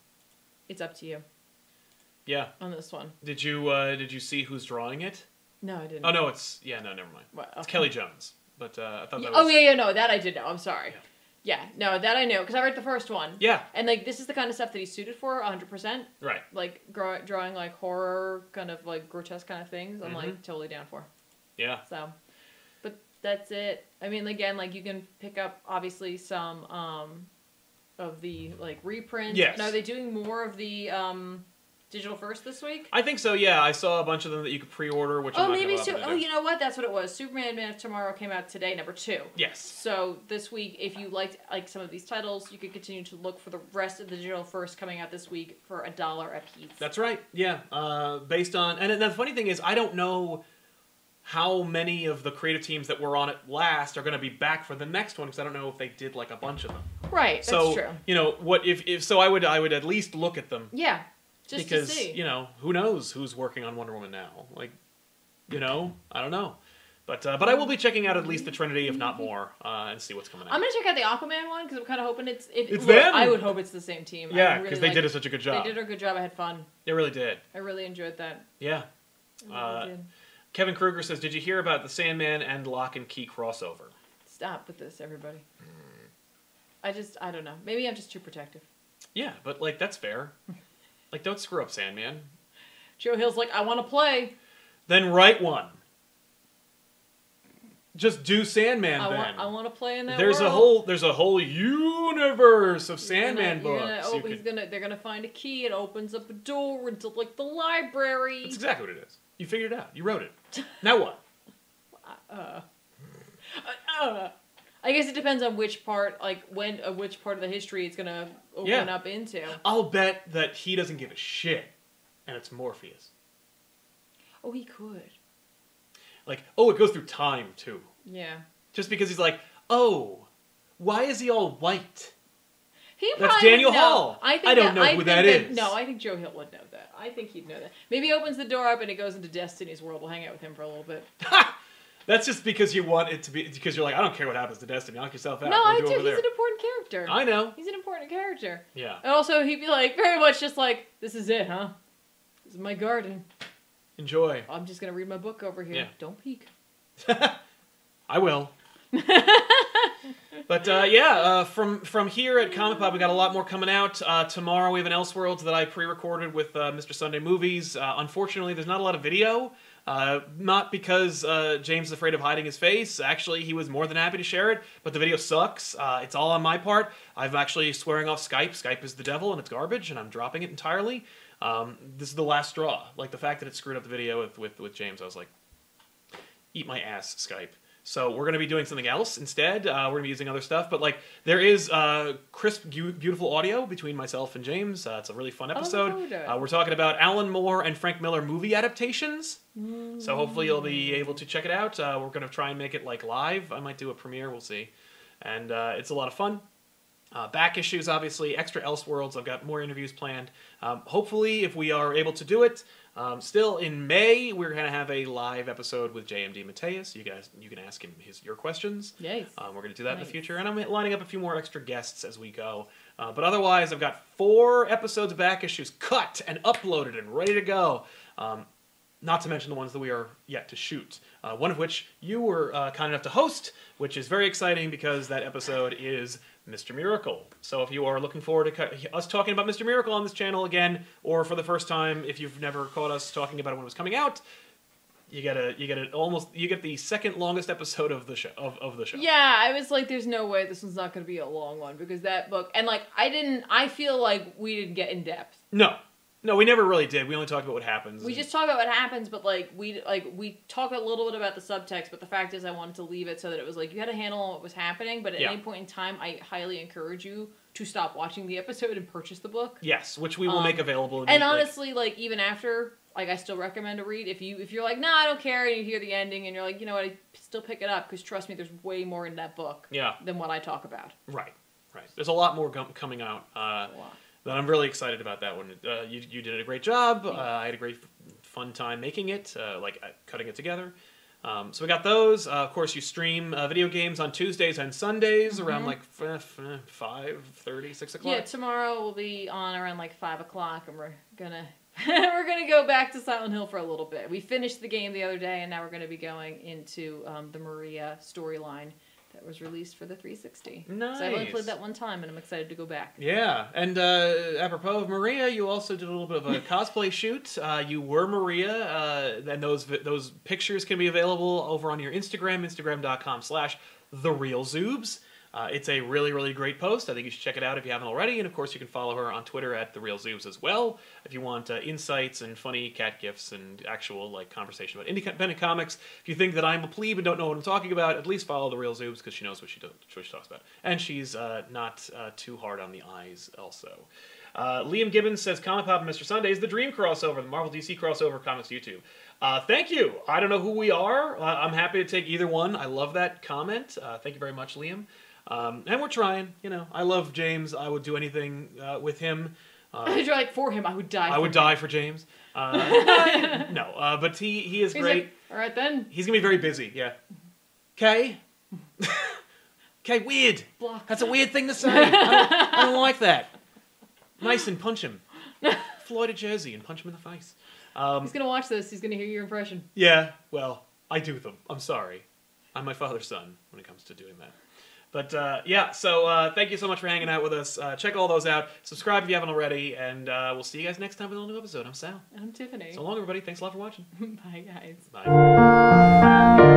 S2: it's up to you
S1: Yeah.
S2: on this one.
S1: Did you uh, did you see who's drawing it?
S2: No, I didn't.
S1: Oh no, it's yeah. No, never mind.
S2: What?
S1: It's Kelly Jones. But uh, I thought
S2: Yeah,
S1: that was.
S2: oh yeah, yeah, no, that I did know. I'm sorry.
S1: Yeah.
S2: Yeah, no, that I knew because I read the first one.
S1: Yeah.
S2: And like, this is the kind of stuff that he's suited for, 100. percent
S1: Right.
S2: Like grow- drawing like horror kind of like grotesque kind of things. I'm
S1: Mm-hmm.
S2: like totally down for.
S1: Yeah.
S2: So, but that's it. I mean, again, like you can pick up obviously some um, of the like reprints.
S1: Yes.
S2: And are they doing more of the um, digital first this week?
S1: I think so. Yeah, I saw a bunch of them that you could pre-order, which I'm
S2: oh,
S1: not
S2: maybe
S1: gonna
S2: so.
S1: bother to
S2: Oh,
S1: do.
S2: you know what? That's what it was. Superman Man of Tomorrow came out today, number two.
S1: Yes.
S2: So this week, if you liked like some of these titles, you could continue to look for the rest of the digital first coming out this week for a dollar a piece.
S1: That's right. Yeah. Uh, based on and the funny thing is, I don't know how many of the creative teams that were on it last are going to be back for the next one because I don't know if they did like a bunch of them.
S2: right. That's
S1: so
S2: true.
S1: you know what if if so I would I would at least look at them
S2: Yeah. Just
S1: because
S2: to see.
S1: you know who knows who's working on Wonder Woman now? Like, you know, I don't know, but uh, but I will be checking out at least the Trinity, if not more, uh, and see what's coming out.
S2: I'm gonna check out the Aquaman one because I'm kind of hoping it's. If,
S1: It's
S2: well,
S1: them!
S2: I would hope it's the same team. I
S1: yeah,
S2: would
S1: because
S2: really
S1: they
S2: like-
S1: did such a good job.
S2: They did a good job. I had fun.
S1: They really did.
S2: I really enjoyed that.
S1: Yeah.
S2: I really
S1: Uh,
S2: did.
S1: Kevin Kruger says, "Did you hear about the Sandman and Lock and Key crossover?"
S2: Stop with this, everybody. I just I don't know. Maybe I'm just too protective.
S1: Yeah, but like that's fair. like don't screw up Sandman.
S2: Joe Hill's like, I want to play.
S1: Then write one. Just do Sandman
S2: I
S1: then.
S2: want I want to play in that.
S1: there's a
S2: world.
S1: whole there's a whole universe of
S2: You're
S1: Sandman
S2: gonna- you're
S1: books.
S2: Gonna,
S1: you
S2: oh, he's
S1: could-
S2: gonna they're gonna find a key. It opens up a door into like the library.
S1: That's exactly what it is. You figured it out. You wrote it. Now what?
S2: Uh, I guess it depends on which part, like when, uh, which part of the history it's gonna open
S1: Yeah.
S2: up into.
S1: I'll bet that he doesn't give a shit, and it's Morpheus.
S2: Oh, he could.
S1: Like, oh, it goes through time too.
S2: Yeah.
S1: Just because he's like, oh, why is he all white?
S2: He
S1: That's
S2: probably would
S1: Daniel
S2: know.
S1: Hall.
S2: I, think
S1: I don't
S2: that,
S1: know
S2: I
S1: who
S2: think
S1: that is.
S2: No, I think Joe Hill would know that. I think he'd know that. Maybe he opens the door up and it goes into Destiny's world. We'll hang out with him for a little bit.
S1: That's just because you want it to be because you're like, I don't care what happens to Destiny, knock yourself out.
S2: no,
S1: What
S2: I
S1: do you
S2: do.
S1: over
S2: He's
S1: there?"
S2: an important character.
S1: I know.
S2: He's an important character.
S1: Yeah.
S2: And also, he'd be like, very much just like, this is it, huh? This is my garden.
S1: Enjoy.
S2: I'm just gonna read my book over here.
S1: Yeah.
S2: Don't peek.
S1: I will. but uh, yeah, uh, from from here at Comic Pop, we got a lot more coming out. Uh, tomorrow we have an Elseworlds that I pre-recorded with uh, Mr. Sunday Movies. Uh, unfortunately, there's not a lot of video. Uh, not because uh, James is afraid of hiding his face. Actually, he was more than happy to share it, but the video sucks. Uh, it's all on my part. I'm actually swearing off Skype. Skype is the devil and it's garbage, and I'm dropping it entirely. Um, this is the last straw. Like the fact that it screwed up the video with, with, with James, I was like, eat my ass Skype. So we're going to be doing something else instead. Uh, we're going to be using other stuff, but like there is uh, crisp, gu- beautiful audio between myself and James. Uh, it's a really fun
S2: look forward
S1: episode.
S2: to it.
S1: Uh, we're talking about Alan Moore and Frank Miller movie adaptations. So hopefully you'll be able to check it out. Uh, we're going to try and make it like live. I might do a premiere. We'll see. And uh, it's a lot of fun. Uh, back issues, obviously, extra Elseworlds. I've got more interviews planned. Um, hopefully, if we are able to do it, um, still in May, we're gonna have a live episode with JMD Mateus. You guys, you can ask him his your questions.
S2: Yes.
S1: Um, we're gonna do that in the
S2: Nice.
S1: future, and I'm lining up a few more extra guests as we go. Uh, but otherwise, I've got four episodes of back issues cut and uploaded and ready to go. Um, not to mention the ones that we are yet to shoot. Uh, one of which you were uh, kind enough to host, which is very exciting because that episode is Mr. Miracle. So if you are looking forward to cu- us talking about Mr. Miracle on this channel again, or for the first time, if you've never caught us talking about it when it was coming out, you get a you get a almost you get the second longest episode of the show of, of the show.
S2: Yeah, I was like, there's no way this one's not going to be a long one because that book, and like, I didn't, I feel like we didn't get in depth.
S1: No, no, we never really did. We only talked about what happens.
S2: We just talk about what happens, but like, we like we talk a little bit about the subtext. But the fact is, I wanted to leave it so that it was like you had a handle on what was happening. But at
S1: Yeah.
S2: any point in time, I highly encourage you to stop watching the episode and purchase the book.
S1: yes, which we will
S2: Um,
S1: make available.
S2: And
S1: immediately.
S2: honestly, like even after, like I still recommend a read. If you if you're like, nah, I don't care, and you hear the ending, and you're like, you know what, I still pick it up because trust me, there's way more in that book
S1: yeah,
S2: than what I talk about.
S1: right, right. There's a lot more gum coming out. Uh,
S2: A lot.
S1: that I'm really excited about that one. Uh, you, you did a great job. Uh, I had a great f- fun time making it, uh, like uh, cutting it together. Um, so we got those. Uh, of course, you stream uh, video games on Tuesdays and Sundays around like f- f- five thirty, six o'clock.
S2: Yeah, tomorrow will be on around like five o'clock, and we're gonna we're gonna go back to Silent Hill for a little bit. We finished the game the other day, and now we're gonna be going into um, the Maria storyline that was released for the 360. So I've only
S1: Nice.
S2: played that one time, and I'm excited to go back.
S1: Yeah, and uh, apropos of Maria, you also did a little bit of a cosplay shoot. Uh, you were Maria, uh, and those vi- those pictures can be available over on your Instagram, instagram.com slash the real zoobs. Uh, it's a really, really great post. I think you should check it out if you haven't already. And of course, you can follow her on Twitter at the real zoobs as well if you want uh, insights and funny cat gifs and actual like conversation about independent comics. If you think that I'm a plebe and don't know what I'm talking about, at least follow the real zoobs because she knows what she, does, what she talks about, and she's uh, not uh, too hard on the eyes also. Uh, Liam Gibbons says Comic Pop and Mr. Sunday is the dream crossover, the Marvel DC crossover comics YouTube. Uh, thank you. I don't know who we are. Uh, I'm happy to take either one. I love that comment. Uh, thank you very much, Liam. Um, and we're trying. You know, I love James. I would do anything uh, with him. Uh,
S2: You're like for him, I would die.
S1: I
S2: for
S1: would
S2: him."
S1: die for James. Uh, no, uh, but he he is
S2: He's
S1: great.
S2: like, all right then,
S1: He's gonna be very busy. Yeah. Okay. okay. Weird.
S2: block.
S1: That's a weird thing to say. I don't, I don't like that. Mason, punch him. Floyd a jersey and punch him in the face. Um,
S2: He's gonna watch this. He's gonna hear your impression.
S1: yeah. Well, I do them. I'm sorry. I'm my father's son when it comes to doing that. But uh, yeah, so uh, thank you so much for hanging out with us. Uh, check all those out. Subscribe if you haven't already, and uh, we'll see you guys next time with a new episode. I'm Sal.
S2: I'm Tiffany.
S1: So long, everybody. Thanks a lot for watching.
S2: Bye, guys.
S1: Bye.